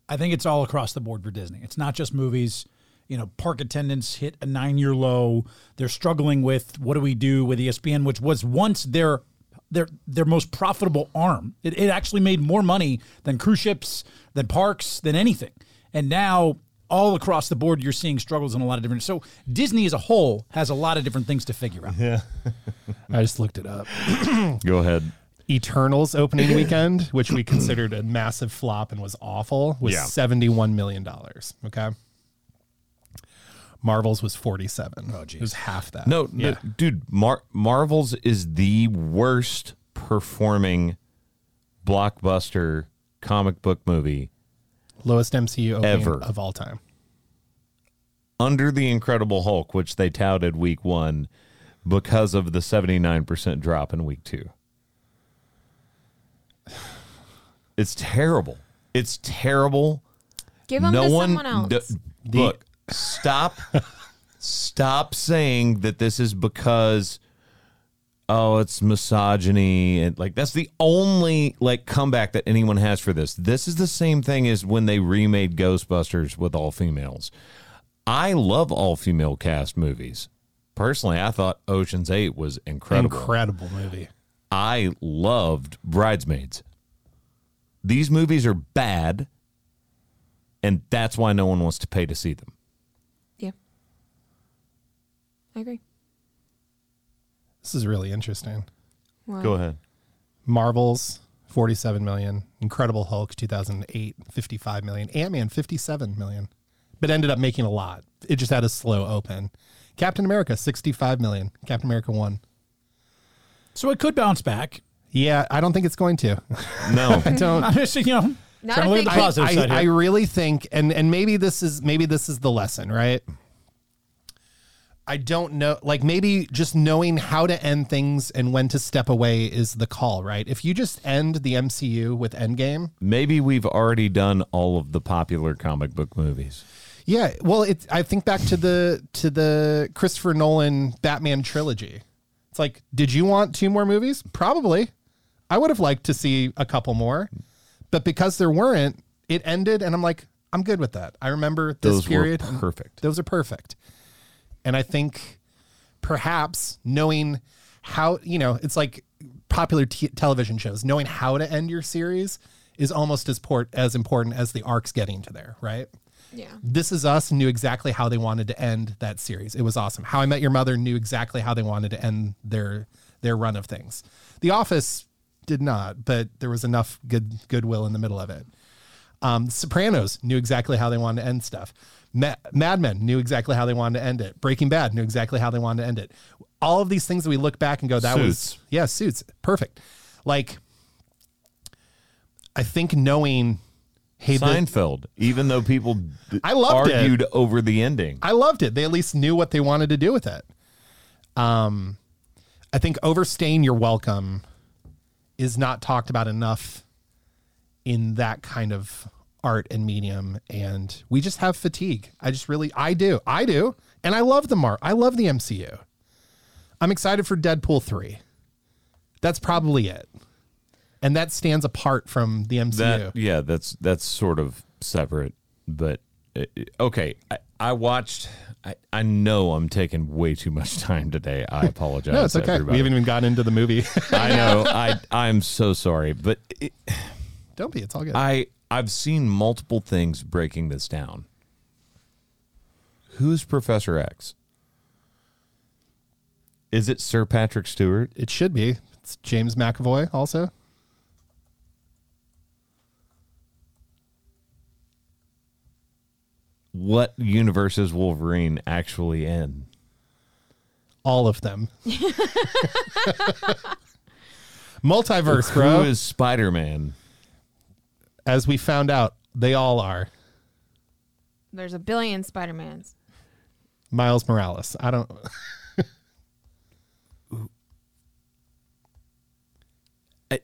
Speaker 5: I think it's all across the board for Disney. It's not just movies. You know, park attendance hit a nine year low. They're struggling with what do we do with E ESPN, which was once their their their most profitable arm. It, it actually made more money than cruise ships, than parks, than anything. And now all across the board, you're seeing struggles in a lot of different. So Disney as a whole has a lot of different things to figure out.
Speaker 4: I just looked it up.
Speaker 1: Go ahead.
Speaker 4: Eternals opening weekend, which we considered a massive flop and was awful, was
Speaker 1: Yeah.
Speaker 4: seventy-one million dollars. Okay. Marvel's was forty-seven. Oh, geez. It was half that.
Speaker 1: No, no, dude, Mar- Marvel's is the worst performing blockbuster comic book movie
Speaker 4: lowest MCU opening
Speaker 1: Ever.
Speaker 4: of all time.
Speaker 1: under the Incredible Hulk, which they touted week one because of the 79% drop in week two. It's terrible. It's terrible.
Speaker 3: Give them
Speaker 1: no
Speaker 3: to
Speaker 1: one
Speaker 3: someone else.
Speaker 1: d- look stop stop saying that this is because oh it's misogyny and like that's the only like comeback that anyone has for this this is the same thing as when they remade ghostbusters with all females i love all female cast movies personally i thought oceans 8 was
Speaker 4: Incredible,
Speaker 1: incredible
Speaker 4: movie.
Speaker 1: I loved Bridesmaids. These movies are bad, and that's why no one wants to pay to see them.
Speaker 3: yeah, I agree.
Speaker 4: This is really interesting.
Speaker 3: Wow.
Speaker 1: Go ahead.
Speaker 4: Marvel's 47 million, Incredible Hulk 2008 55 million, Ant-Man 57 million. But ended up making a lot. It just had a slow open. Captain America 65 million, Captain America 1.
Speaker 5: So it could bounce back.
Speaker 4: Yeah, I don't think it's going to.
Speaker 1: No.
Speaker 4: I don't
Speaker 5: I'm just, you know,
Speaker 3: Not
Speaker 5: trying
Speaker 3: a
Speaker 5: to look at
Speaker 3: big-
Speaker 5: the positive
Speaker 4: I,
Speaker 5: side
Speaker 4: I
Speaker 5: here.
Speaker 4: really think, and and maybe this is maybe this is the lesson, right? I don't know. Like maybe just knowing how to end things and when to step away is the call, right? If you just end the MCU with Endgame,
Speaker 1: Maybe we've already done all of the popular comic book movies.
Speaker 4: yeah. Well, it. I think back to the to the Christopher Nolan Batman trilogy. It's like, did you want two more movies? Probably. I would have liked to see a couple more, but because there weren't, it ended, and I'm like, I'm good with that. I remember this
Speaker 1: Those
Speaker 4: period.
Speaker 1: were perfect.
Speaker 4: Those are perfect. And I think perhaps knowing how, you know, it's like popular t- television shows, knowing how to end your series is almost as port as important as the arcs getting to there, right?
Speaker 3: Yeah.
Speaker 4: This is us knew exactly how they wanted to end that series. It was awesome. How I Met Your Mother knew exactly how they wanted to end their their run of things. The Office did not, but there was enough good goodwill in the middle of it. Um, Sopranos knew exactly how they wanted to end stuff. Ma- Mad Men knew exactly how they wanted to end it. Breaking Bad knew exactly how they wanted to end it. All of these things that we look back and go, that was
Speaker 1: Suits.
Speaker 4: yeah, suits perfect. Like, I think knowing, hey, the-
Speaker 1: Seinfeld, even though people d-
Speaker 4: I loved it.
Speaker 1: argued over the ending.
Speaker 4: I loved it. They at least knew what they wanted to do with it. Um, I think overstaying your welcome is not talked about enough in that kind of art and medium, and we just have fatigue. I just really, I do, I do, and I love the mar. I love the MCU. I'm excited for Deadpool three. That's probably it, and that stands apart from the MCU.
Speaker 1: That yeah, that's that's sort of separate, but uh, okay. I, I watched. I, I know I'm taking way too much time today. I apologize.
Speaker 4: no, it's okay.
Speaker 1: everybody.
Speaker 4: We haven't even gotten into the movie.
Speaker 1: I know. I I'm so sorry, but it,
Speaker 4: Don't be. It's all good.
Speaker 1: I I've seen multiple things breaking this down. Who's Professor X? Is it Sir Patrick Stewart?
Speaker 4: It should be. It's James McAvoy also.
Speaker 1: What universe is Wolverine actually in?
Speaker 4: All of them. Multiverse, bro.
Speaker 1: Who is Spider Man?
Speaker 4: As we found out, they all are.
Speaker 3: There's a billion Spider-Mans.
Speaker 4: Miles Morales. I don't.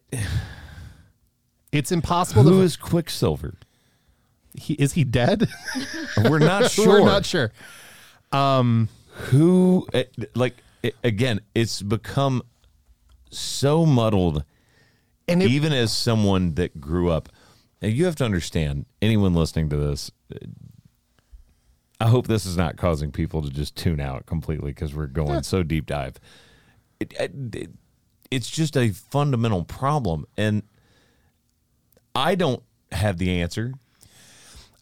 Speaker 4: it's impossible
Speaker 1: Who
Speaker 4: to.
Speaker 1: is Quicksilver?
Speaker 4: he, is he dead?
Speaker 1: We're not sure.
Speaker 4: We're not sure.
Speaker 1: Who, eh, like, eh, again, it's become so muddled,
Speaker 4: And it,
Speaker 1: even as someone that grew up. And you have to understand, anyone listening to this, eh, I hope this is not causing people to just tune out completely because we're going so deep dive. It, eh, it, it's just a fundamental problem. And I don't have the answer.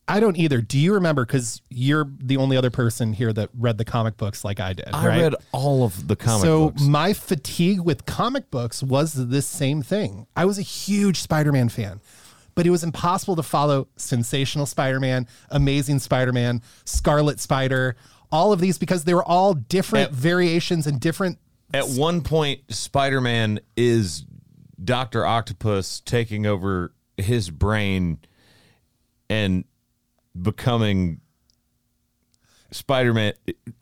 Speaker 4: I don't either. Do you remember? Because you're the only other person here that read the comic books like I did.
Speaker 1: I
Speaker 4: right?
Speaker 1: read all of the comic
Speaker 4: so
Speaker 1: books.
Speaker 4: my fatigue with comic books was this same thing. I was a huge Spider-Man fan, but it was impossible to follow Sensational Spider-Man, Amazing Spider-Man, Scarlet Spider, all of these because they were all different
Speaker 1: At-
Speaker 4: variations and different.
Speaker 1: At one point, Spider Man is Dr. Octopus taking over his brain and becoming Spider Man.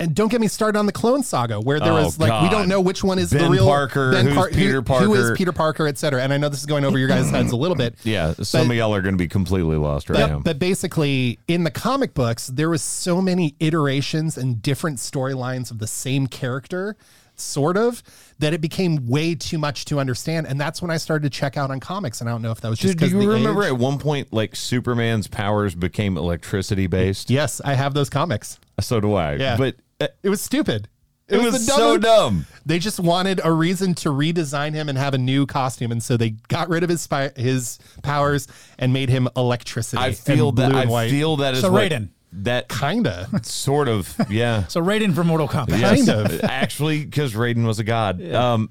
Speaker 4: And don't get me started on the Clone Saga, where there
Speaker 1: Oh,
Speaker 4: was like we
Speaker 1: God.
Speaker 4: don't know which one is the
Speaker 1: Ben
Speaker 4: real
Speaker 1: Parker, who's
Speaker 4: Par-
Speaker 1: Peter
Speaker 4: who- who is
Speaker 1: Parker.
Speaker 4: Peter Parker, et cetera. And I know this is going over your guys' heads a little bit.
Speaker 1: Yeah, some
Speaker 4: But-
Speaker 1: of y'all are going to be completely lost right
Speaker 4: Yep,
Speaker 1: now.
Speaker 4: But basically, in the comic books, there was so many iterations and different storylines of the same character, sort of, that it became way too much to understand. And that's when I started to check out on comics. And I don't know if that was just
Speaker 1: Dude, do
Speaker 4: because
Speaker 1: you remember at one point, like Superman's powers became electricity based?
Speaker 4: Yes, I have those comics.
Speaker 1: So do I.
Speaker 4: Yeah.
Speaker 1: But uh,
Speaker 4: It was stupid.
Speaker 1: it, was,
Speaker 4: the
Speaker 1: so
Speaker 4: dumbest-
Speaker 1: dumb.
Speaker 4: They just wanted a reason to redesign him and have a new costume, and so they got rid of his spy- his powers and made him electricity.
Speaker 1: I
Speaker 4: and
Speaker 1: feel that.
Speaker 4: blue and
Speaker 1: I
Speaker 4: white.
Speaker 1: feel that is
Speaker 5: So
Speaker 1: what-
Speaker 5: Raiden.
Speaker 1: that
Speaker 4: Kinda.
Speaker 1: sort of yeah.
Speaker 5: So Raiden from Mortal Kombat.
Speaker 1: Yes.
Speaker 4: Kind of.
Speaker 1: Actually, because Raiden was a god. Um,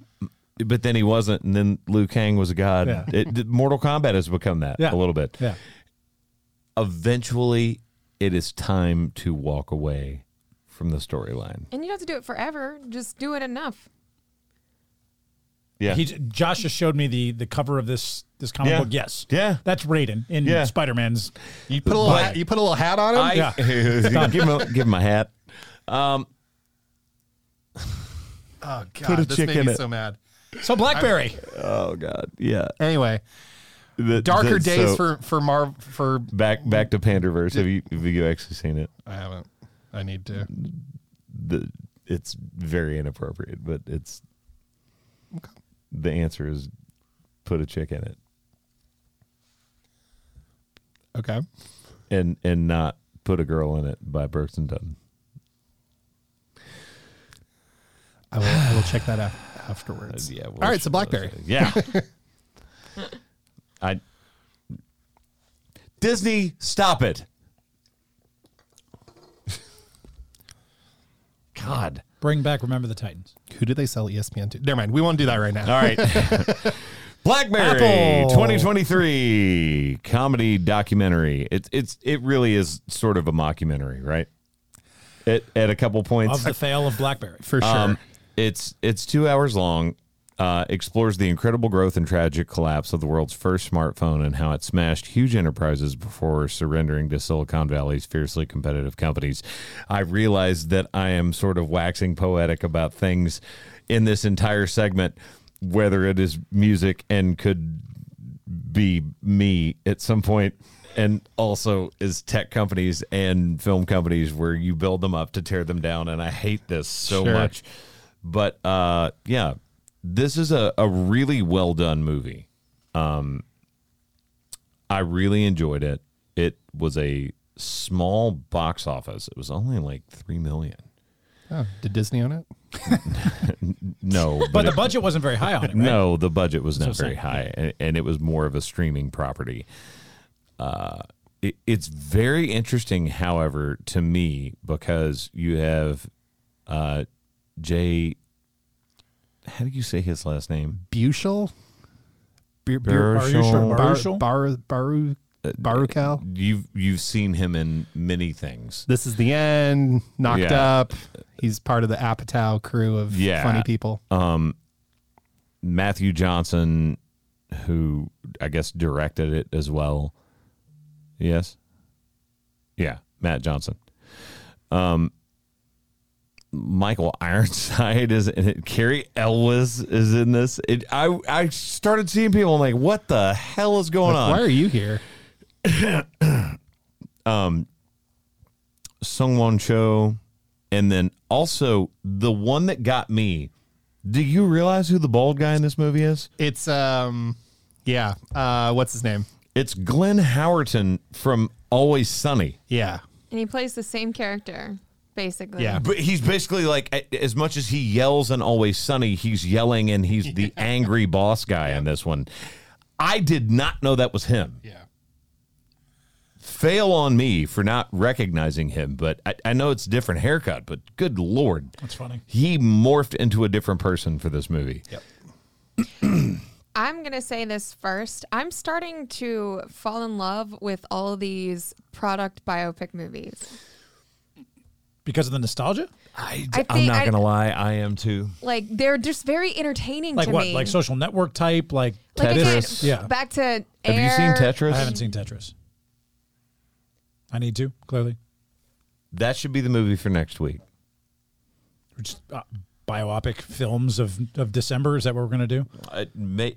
Speaker 1: but then he wasn't, and then Liu Kang was a god.
Speaker 5: Yeah.
Speaker 1: It, Mortal Kombat has become that
Speaker 5: Yeah.
Speaker 1: a little bit.
Speaker 5: Yeah.
Speaker 1: Eventually, it is time to walk away from the storyline.
Speaker 3: And you don't have to do it forever. Just do it enough.
Speaker 1: Yeah.
Speaker 5: He, Josh just showed me the the cover of this this comic
Speaker 1: Yeah.
Speaker 5: book. Yes.
Speaker 1: Yeah.
Speaker 5: That's Raiden in
Speaker 1: Yeah.
Speaker 5: Spider Man's.
Speaker 4: You put a little hat, you put a little hat on him.
Speaker 1: I
Speaker 5: Yeah.
Speaker 1: give him a, give him a hat. Um,
Speaker 4: oh god,
Speaker 1: put a
Speaker 4: this
Speaker 1: chick
Speaker 4: made
Speaker 1: in
Speaker 4: me
Speaker 1: it.
Speaker 4: so mad.
Speaker 5: So Blackberry.
Speaker 1: oh God, yeah.
Speaker 4: Anyway,
Speaker 1: The-
Speaker 4: darker
Speaker 1: the-
Speaker 4: days
Speaker 1: so-
Speaker 4: for for Marv for
Speaker 1: back back to Panderverse. Have you have you actually seen it?
Speaker 4: I haven't. I need to.
Speaker 1: The it's very inappropriate, but it's the answer is put a chick in it
Speaker 4: Okay.
Speaker 1: and and not put a girl in it by Burks and Dunn.
Speaker 5: I will, I will check that out afterwards.
Speaker 1: Yeah.
Speaker 4: All right, so Blackberry.
Speaker 1: Yeah. I Disney, stop it. God.
Speaker 5: Bring back Remember the Titans.
Speaker 4: Who do they sell E ESPN to? Never mind. We won't do that right now.
Speaker 1: All right. Blackberry
Speaker 5: Apple.
Speaker 1: 2023 comedy documentary. It's it's it really is sort of a mockumentary, right? At at a couple points.
Speaker 5: Of the fail of Blackberry.
Speaker 4: For sure.
Speaker 1: Um, it's it's two hours long. Uh, explores the incredible growth and tragic collapse of the world's first smartphone and how it smashed huge enterprises before surrendering to Silicon Valley's fiercely competitive companies. I realize that I am sort of waxing poetic about things in this entire segment, whether it is music and could be me at some point and also is tech companies and film companies where you build them up to tear them down and i hate this so
Speaker 4: Sure.
Speaker 1: much but uh yeah this is a, a really well done movie um i really enjoyed it it was a small box office it was only like three million
Speaker 4: oh, did Disney own it?
Speaker 1: no
Speaker 5: But the
Speaker 1: it-
Speaker 5: budget wasn't very high on it, right?
Speaker 1: No, the budget was not
Speaker 5: what I'm
Speaker 1: very
Speaker 5: saying.
Speaker 1: high, and, and it was more of a streaming property. Uh, it, it's very interesting, however, to me because you have uh, Jay. How do you say his last name?
Speaker 4: Bushel? Bu- Bu-
Speaker 5: Are you sure?
Speaker 1: Burchell.
Speaker 4: Bar- Bar-
Speaker 5: Bushel?
Speaker 4: Baru
Speaker 1: Uh,
Speaker 4: Barucal?
Speaker 1: You've you've seen him in many things.
Speaker 4: This is the end. Knocked
Speaker 1: Yeah.
Speaker 4: up. He's part of the Apatow crew of
Speaker 1: Yeah.
Speaker 4: funny people.
Speaker 1: Matthew Johnson, who I guess directed it as well. Yes. Yeah, Matt Johnson. Um, Michael Ironside is in it. Carrie Elwes is in this. It, I I started seeing people. I'm like, what the hell is going on?
Speaker 4: Why are you here?
Speaker 1: Sung Won Cho, and then also the one that got me. Do you realize who the bald guy in this movie is?
Speaker 4: It's um, yeah. Uh, what's his name?
Speaker 1: It's Glenn Howerton from Always Sunny.
Speaker 4: Yeah,
Speaker 3: And he plays the same character, basically.
Speaker 4: Yeah.
Speaker 1: But he's basically like, a- as much as he yells and always sunny, he's yelling and he's the angry boss guy in this one. I did not know that was him.
Speaker 4: yeah.
Speaker 1: Fail on me for not recognizing him, but I, I know it's a different haircut, but good lord.
Speaker 5: That's funny.
Speaker 1: He morphed into a different person for this movie.
Speaker 3: I'm going to say this first. I'm starting to fall in love with all of these product biopic movies.
Speaker 5: Because of the nostalgia?
Speaker 1: I,
Speaker 3: I
Speaker 1: am
Speaker 3: think
Speaker 1: not
Speaker 3: I-
Speaker 1: going to lie. I am too.
Speaker 3: Like, they're just very entertaining
Speaker 5: Like
Speaker 3: to
Speaker 5: what?
Speaker 3: me.
Speaker 5: Like social network type? Like,
Speaker 3: Like, again,
Speaker 1: Tetris.
Speaker 5: Yeah.
Speaker 3: back to Air.
Speaker 1: Have you seen Tetris?
Speaker 5: I haven't seen Tetris. I need to, clearly.
Speaker 1: That should be the movie for next week.
Speaker 5: Which uh, biopic films of, of December. Is that what we're going to do?
Speaker 1: It Uh, may,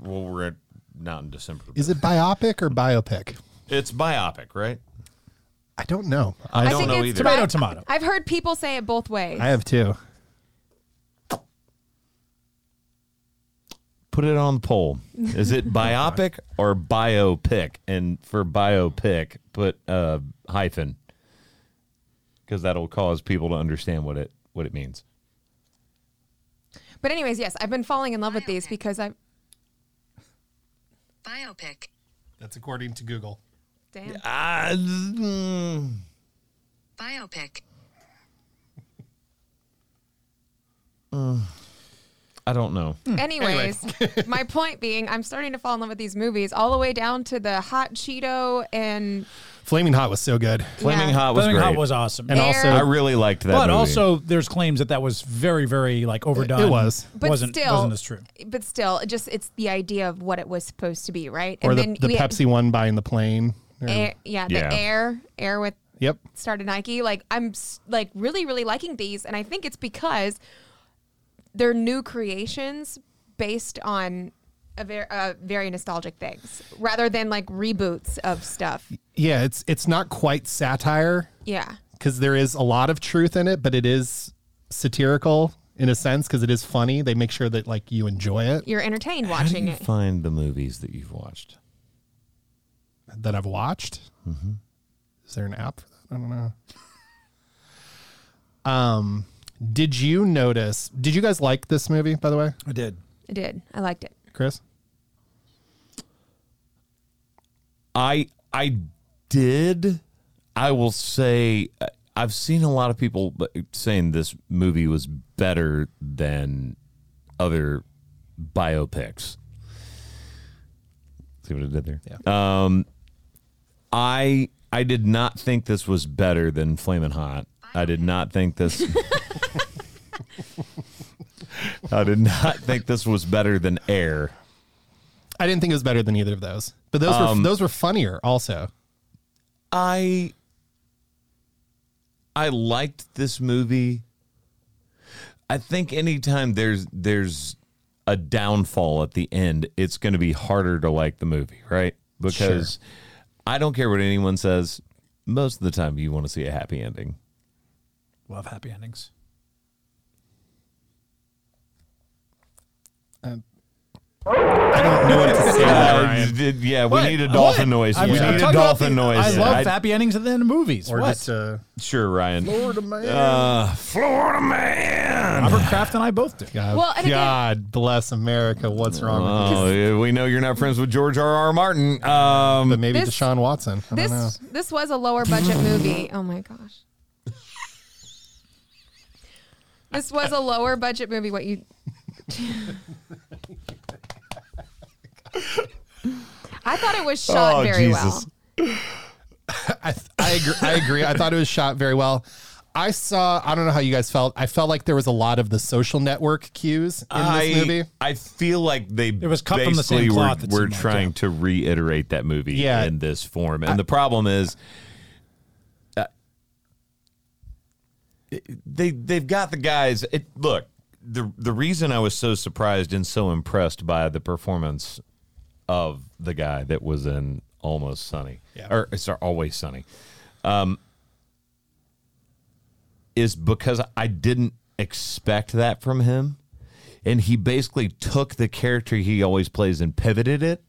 Speaker 1: well, we're not in December.
Speaker 4: Is it biopic or biopic?
Speaker 1: It's biopic, right?
Speaker 4: I don't know.
Speaker 1: I, don't
Speaker 3: think
Speaker 1: know
Speaker 3: it's
Speaker 1: either.
Speaker 5: Tomato, tomato.
Speaker 3: I've heard people say it both ways.
Speaker 4: I have two.
Speaker 1: put it on the poll. Is it biopic or biopic? And for biopic, put a hyphen because that'll cause people to understand what it what it means.
Speaker 3: But anyways, yes, I've been falling in love with these because I.
Speaker 6: Biopic.
Speaker 4: That's according to Google.
Speaker 3: Damn.
Speaker 1: Uh, mm,
Speaker 6: Biopic.
Speaker 1: I don't know.
Speaker 5: Hmm.
Speaker 3: Anyways, my point being, I'm starting to fall in love with these movies, all the way down to the hot Cheeto and
Speaker 4: Flaming Hot was so good.
Speaker 1: Flaming
Speaker 3: Yeah.
Speaker 1: Hot was
Speaker 5: Flaming
Speaker 1: great.
Speaker 5: Hot was awesome.
Speaker 4: And
Speaker 3: Air.
Speaker 4: also,
Speaker 1: I really liked that.
Speaker 5: but
Speaker 1: movie.
Speaker 5: also, there's claims that that was very, very like overdone.
Speaker 4: It was.
Speaker 3: but
Speaker 5: wasn't
Speaker 3: still
Speaker 5: wasn't as true.
Speaker 3: But still, it just it's the idea of what it was supposed to be, right?
Speaker 4: or the, the
Speaker 3: we had
Speaker 4: Pepsi one buying the plane. Or-
Speaker 3: air- yeah, the
Speaker 1: Yeah.
Speaker 3: air, air with
Speaker 4: Yep.
Speaker 3: started Nike. Like I'm s- like really really liking these, and I think it's because they're new creations based on a very uh, very nostalgic things, rather than like reboots of stuff.
Speaker 4: Yeah, it's it's not quite satire
Speaker 3: Yeah,
Speaker 4: because there is a lot of truth in it, but it is satirical in a sense because it is funny. They make sure that like you enjoy it
Speaker 3: you're entertained
Speaker 1: how do
Speaker 3: watching
Speaker 1: you
Speaker 3: it.
Speaker 1: find the movies that you've watched?
Speaker 4: that I've watched. Is there an app for that? I don't know. Um, did you notice? Did you guys like this movie? By the way,
Speaker 5: I did.
Speaker 3: I did. I liked it.
Speaker 4: Chris.
Speaker 1: I I did. I will say uh, I've seen a lot of people b- saying this movie was better than other biopics. See what I did there? Yeah. Um, I I did not think this was better than Flamin' Hot. I did not think this. I did not think this was better than Air.
Speaker 4: I didn't think it was better than either of those, but those were those were funnier. Also,
Speaker 1: I I liked this movie. I think anytime there's there's a downfall at the end, it's going to be harder to like the movie, right? Because I don't care what anyone says. Most of the time, you want to see a happy ending.
Speaker 5: Love happy endings.
Speaker 4: I don't know what to say. about it,
Speaker 1: Uh,
Speaker 4: Ryan.
Speaker 1: d- yeah, we
Speaker 5: What?
Speaker 1: need a dolphin
Speaker 5: What?
Speaker 1: noise.
Speaker 5: I'm-
Speaker 1: we
Speaker 5: I'm
Speaker 1: need a
Speaker 5: talking about
Speaker 1: dolphin
Speaker 5: the-
Speaker 1: noise.
Speaker 5: I love
Speaker 1: I'd-
Speaker 5: happy endings at the end of movies.
Speaker 4: Or
Speaker 5: what?
Speaker 4: just uh,
Speaker 1: Sure, Ryan.
Speaker 4: Florida man.
Speaker 1: Uh, Florida man.
Speaker 5: Robert Kraft and I both do.
Speaker 4: God,
Speaker 3: Well, and again-
Speaker 4: God bless America. What's wrong with you?
Speaker 1: Oh, yeah, we know you're not friends with George R. R. Martin. Um,
Speaker 4: But maybe
Speaker 3: this-
Speaker 4: Deshaun Watson. I don't know.
Speaker 3: This this was a lower budget movie. Oh my gosh. This was a lower budget movie. What you? I thought it was shot
Speaker 1: Oh,
Speaker 3: very
Speaker 1: Jesus.
Speaker 3: well.
Speaker 4: I, th- I agree. I agree. I thought it was shot very well. I saw. I don't know how you guys felt. I felt like there was a lot of the social network cues in
Speaker 1: I,
Speaker 4: this movie.
Speaker 1: I feel like they
Speaker 5: It was cut from the same
Speaker 1: basically were-
Speaker 5: cloth, it
Speaker 1: We're,
Speaker 5: seemed like,
Speaker 1: trying
Speaker 5: yeah.
Speaker 1: to reiterate that movie
Speaker 4: Yeah.
Speaker 1: in this form, and the problem is. uh, They they've got the guys. It, look, the the reason I was so surprised and so impressed by the performance of the guy that was in Almost Sunny,
Speaker 4: Yeah.
Speaker 1: or uh, sorry, Always Sunny, um, is because I didn't expect that from him. And he basically took the character he always plays and pivoted it,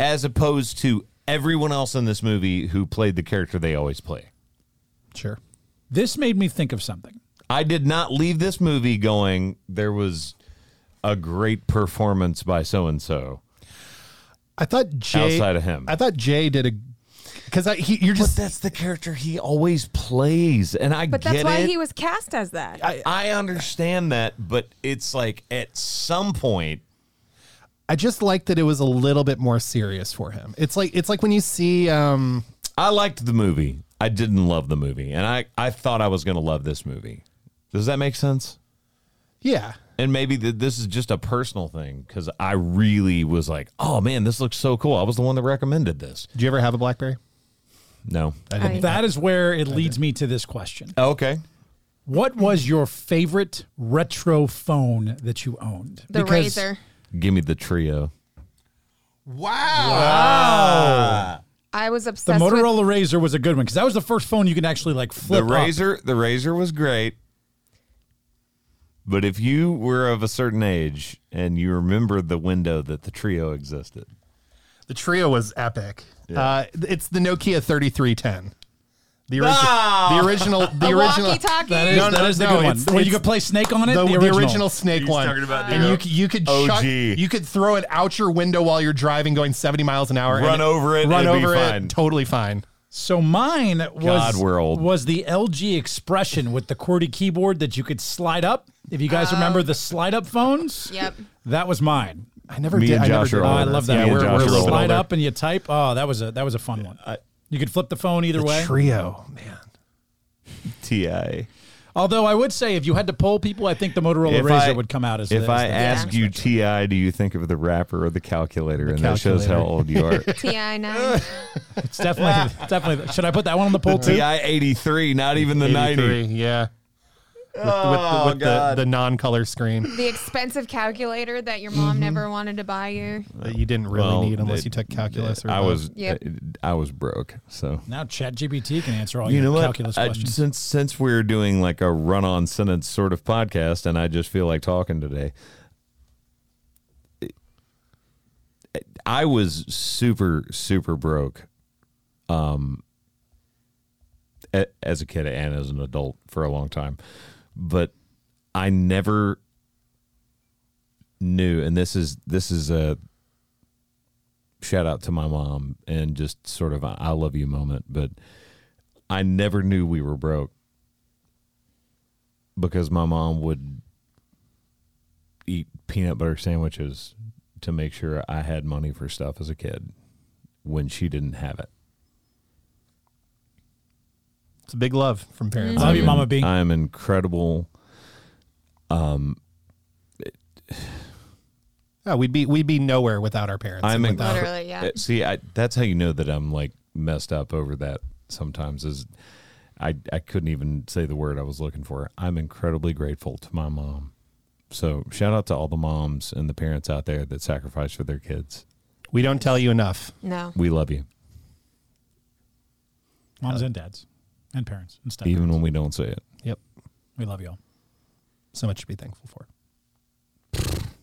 Speaker 1: as opposed to everyone else in this movie who played the character they always play.
Speaker 4: Sure.
Speaker 5: This made me think of something.
Speaker 1: I did not leave this movie going, there was a great performance by so and so.
Speaker 4: I thought Jay.
Speaker 1: Outside of him.
Speaker 4: I thought Jay did a. Because I, he, you're
Speaker 1: But
Speaker 4: just.
Speaker 1: that's the character he always plays. And I
Speaker 3: But
Speaker 1: get
Speaker 3: that's why
Speaker 1: it.
Speaker 3: he was cast as that.
Speaker 1: I, I understand that, but it's like at some point,
Speaker 4: I just like that it was a little bit more serious for him. It's like it's like when you see. um
Speaker 1: I liked the movie. I didn't love the movie, and I, I thought I was going to love this movie. Does that make sense?
Speaker 4: Yeah.
Speaker 1: And maybe th- this is just a personal thing because I really was like, oh man, this looks so cool. I was the one that recommended this.
Speaker 4: Did you ever have a BlackBerry?
Speaker 1: No.
Speaker 3: I-
Speaker 5: That is where it leads me to this question.
Speaker 1: Okay.
Speaker 5: What was your favorite retro phone that you owned?
Speaker 3: the
Speaker 5: Because-
Speaker 3: razor.
Speaker 1: Give me the trio.
Speaker 3: I was
Speaker 5: The
Speaker 3: obsessed with.
Speaker 5: Motorola Razor was a good one because that was the first phone you could actually like flip.
Speaker 1: the razor, the razor was great. But if you were of a certain age and you remember the window that the trio existed,
Speaker 4: The trio was epic. Uh, it's the Nokia 3310. The, origi- the original. The
Speaker 3: The
Speaker 4: original.
Speaker 5: Up.
Speaker 3: walkie-talkie?
Speaker 5: That is,
Speaker 4: No,
Speaker 5: that
Speaker 4: no,
Speaker 5: is the
Speaker 4: no,
Speaker 5: good
Speaker 4: it's-
Speaker 5: one. Where you
Speaker 4: it's
Speaker 5: could play Snake on it.
Speaker 4: the,
Speaker 5: the,
Speaker 4: the
Speaker 5: original.
Speaker 4: original, snake
Speaker 1: He's
Speaker 4: one.
Speaker 1: talking about the
Speaker 4: and you
Speaker 1: o-
Speaker 4: c- you could
Speaker 1: OG.
Speaker 4: chuck- you could throw it out your window while you're driving, going 70 miles an hour.
Speaker 1: Run
Speaker 4: and
Speaker 1: over it,
Speaker 4: Run
Speaker 1: it'd be
Speaker 4: over it.
Speaker 1: fine.
Speaker 4: Totally fine.
Speaker 5: So mine was
Speaker 1: God, we're old.
Speaker 5: was the LG Expression with the QWERTY keyboard that you could slide up. If you guys remember the slide up phones,
Speaker 3: Yep.
Speaker 5: that was mine.
Speaker 4: I never
Speaker 1: Me
Speaker 4: did.
Speaker 1: and
Speaker 4: I never
Speaker 1: Josh
Speaker 4: did
Speaker 1: are
Speaker 5: Oh,
Speaker 4: all
Speaker 5: I
Speaker 1: older.
Speaker 4: that.
Speaker 5: love
Speaker 1: Me
Speaker 5: that.
Speaker 1: and
Speaker 5: Where
Speaker 1: Josh
Speaker 5: where
Speaker 1: are a
Speaker 5: you
Speaker 1: little
Speaker 5: slide
Speaker 1: older.
Speaker 5: up and you type. Oh, that was a that was a fun one. you could flip the phone either way.
Speaker 4: trio, man.
Speaker 1: Ti.
Speaker 5: Although I would say if you had to poll people, I think the Motorola
Speaker 1: If
Speaker 5: Razor
Speaker 1: I-
Speaker 5: would come out as
Speaker 1: If
Speaker 5: the,
Speaker 1: I
Speaker 5: as the-
Speaker 1: ask you Ti, do you think of the rapper or the calculator? and that shows how
Speaker 4: calculator.
Speaker 1: old you are.
Speaker 3: Ti nine.
Speaker 5: it's definitely it's definitely. Should I put that one on the poll too?
Speaker 1: Ti eighty three, not even the ninety.
Speaker 4: 83, Yeah. With, with, with the,
Speaker 1: God.
Speaker 4: the non-color screen
Speaker 3: the expensive calculator that your mom never
Speaker 1: Mm-hmm.
Speaker 3: wanted to buy you.
Speaker 4: that you didn't really
Speaker 1: Well,
Speaker 4: need unless
Speaker 1: it-
Speaker 4: you took calculus. Or
Speaker 1: I
Speaker 4: math.
Speaker 1: was
Speaker 3: Yep.
Speaker 1: I was broke, so
Speaker 5: Now ChatGPT can answer all
Speaker 1: you
Speaker 5: your
Speaker 1: know what?
Speaker 5: calculus
Speaker 1: I-
Speaker 5: questions.
Speaker 1: since since we're doing like a run on sentence sort of podcast, and I just feel like talking today, I was super super broke, um, a- as a kid and as an adult for a long time, but I never knew, and this is this is a shout out to my mom and just sort of a I love you moment, but. I never knew we were broke because my mom would eat peanut butter sandwiches to make sure I had money for stuff as a kid when she didn't have it.
Speaker 4: It's a big love from parents.
Speaker 5: Love you, Mama B.
Speaker 1: I am incredible.
Speaker 4: Yeah, we'd be we'd be nowhere without our parents.
Speaker 1: I'm
Speaker 4: and without,
Speaker 1: incre-
Speaker 3: Literally, yeah.
Speaker 1: Uh, See, I, that's how you know that I'm like messed up over that sometimes is I I couldn't even say the word I was looking for. I'm incredibly grateful to my mom. So, shout out to all the moms and the parents out there that sacrifice for their kids.
Speaker 4: we don't tell you enough.
Speaker 3: No.
Speaker 1: We love you.
Speaker 5: Moms and dads, and parents and stuff.
Speaker 1: even when we don't say it.
Speaker 4: Yep.
Speaker 5: we love y'all.
Speaker 4: So much to be thankful for.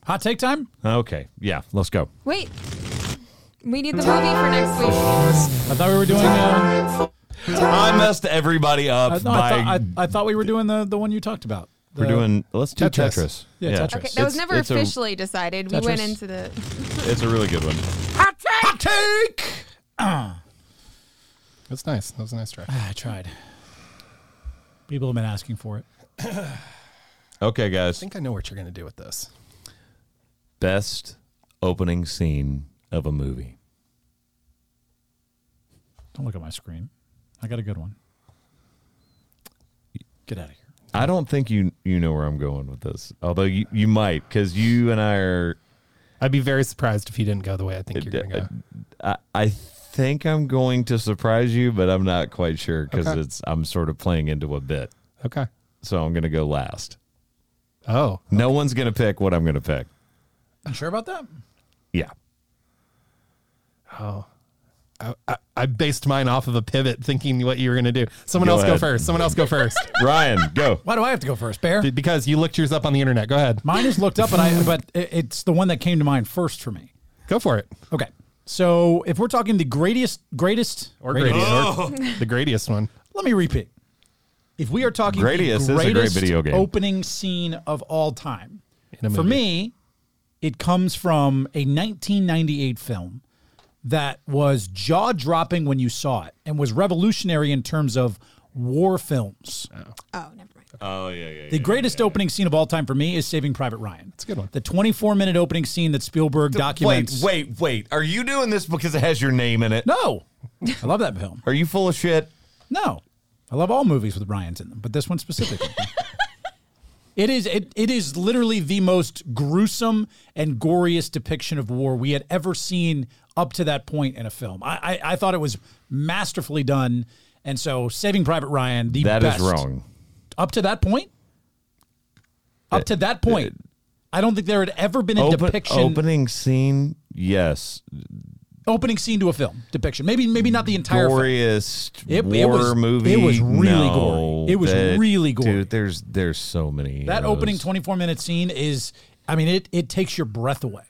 Speaker 5: Hot take time.
Speaker 1: Okay, yeah, let's go.
Speaker 3: Wait. We need the movie for next week.
Speaker 5: I thought we were doing. Uh,
Speaker 1: I messed everybody up
Speaker 5: I, no, I, thought, I, I thought we were doing the the one you talked about.
Speaker 1: we're
Speaker 5: The-
Speaker 1: doing. Let's do
Speaker 4: Tetris.
Speaker 1: Tetris.
Speaker 5: Yeah, Tetris.
Speaker 3: Okay, that
Speaker 1: It's-
Speaker 3: was never
Speaker 1: it's a-
Speaker 3: officially decided. We went
Speaker 5: Tetris.
Speaker 3: into the
Speaker 1: It's a really good one.
Speaker 5: Take.
Speaker 4: That's nice. That was a nice try.
Speaker 5: Ah, I tried. People have been asking for it.
Speaker 1: Okay, guys.
Speaker 4: I think I know what you're going to do with this.
Speaker 1: Best opening scene of a movie.
Speaker 5: Don't look at my screen. I got a good one. Get out of here.
Speaker 1: I don't think you you know where I'm going with this, although you, you might because you and I are.
Speaker 4: I'd be very surprised if you didn't go the way I think you're going to go.
Speaker 1: I, I think I'm going to surprise you, but I'm not quite sure because
Speaker 4: Okay.
Speaker 1: it's I'm sort of playing into a bit,
Speaker 4: Okay.
Speaker 1: so I'm gonna go last.
Speaker 4: Oh,
Speaker 1: No one's gonna pick what I'm gonna pick.
Speaker 5: You sure about that?
Speaker 1: Yeah.
Speaker 4: I, I based mine off of a pivot, thinking what you were going to do. Someone
Speaker 1: Go
Speaker 4: else go
Speaker 1: ahead.
Speaker 4: first. Someone else go first
Speaker 1: Ryan, go.
Speaker 5: Why do I have to go first, Bear?
Speaker 4: Be- because you looked yours up on the internet. Go ahead.
Speaker 5: Mine is looked up, and I but it- it's the one that came to mind first for me.
Speaker 4: Go for it.
Speaker 5: Okay, so if we're talking the greatest, greatest,
Speaker 4: Or
Speaker 5: greatest-
Speaker 4: Gradius.
Speaker 3: Oh.
Speaker 4: Or the Gradius one.
Speaker 5: let me repeat. If we are talking
Speaker 1: Gradius is
Speaker 5: the
Speaker 1: a great
Speaker 5: greatest
Speaker 1: video game.
Speaker 5: opening scene of all time,
Speaker 4: In a
Speaker 5: for
Speaker 4: movie.
Speaker 5: me, it comes from a 1998 film that was jaw dropping when you saw it and was revolutionary in terms of war films.
Speaker 3: Oh, never mind.
Speaker 1: Oh yeah, yeah.
Speaker 5: The greatest opening scene of all time for me is Saving Private Ryan. It's a
Speaker 4: good one.
Speaker 5: The 24 minute opening scene that Spielberg documents.
Speaker 1: Wait, wait, wait. Are you doing this because it has your name in it?
Speaker 5: No. I love that film.
Speaker 1: Are you full of shit?
Speaker 5: No. I love all movies with Ryan's in them, but this one specifically. it is it, it is literally the most gruesome and goriest depiction of war we had ever seen up to that point in a film. I I, I thought it was masterfully done. And so Saving Private Ryan, the
Speaker 1: That is
Speaker 5: best.
Speaker 1: wrong.
Speaker 5: Up to that point? Up to that point. I don't think there had ever been a
Speaker 1: Open-
Speaker 5: depiction
Speaker 1: Opening scene, yes.
Speaker 5: opening scene to a film depiction. Maybe maybe not the entire film.
Speaker 1: Goriest
Speaker 5: It- it
Speaker 1: war
Speaker 5: was-
Speaker 1: movie.
Speaker 5: it was really
Speaker 1: No,
Speaker 5: gory. It was
Speaker 1: that-
Speaker 5: really gory.
Speaker 1: Dude, there's there's so many.
Speaker 5: That
Speaker 1: of
Speaker 5: opening
Speaker 1: those.
Speaker 5: 24 minute scene is, I mean, it, it takes your breath away.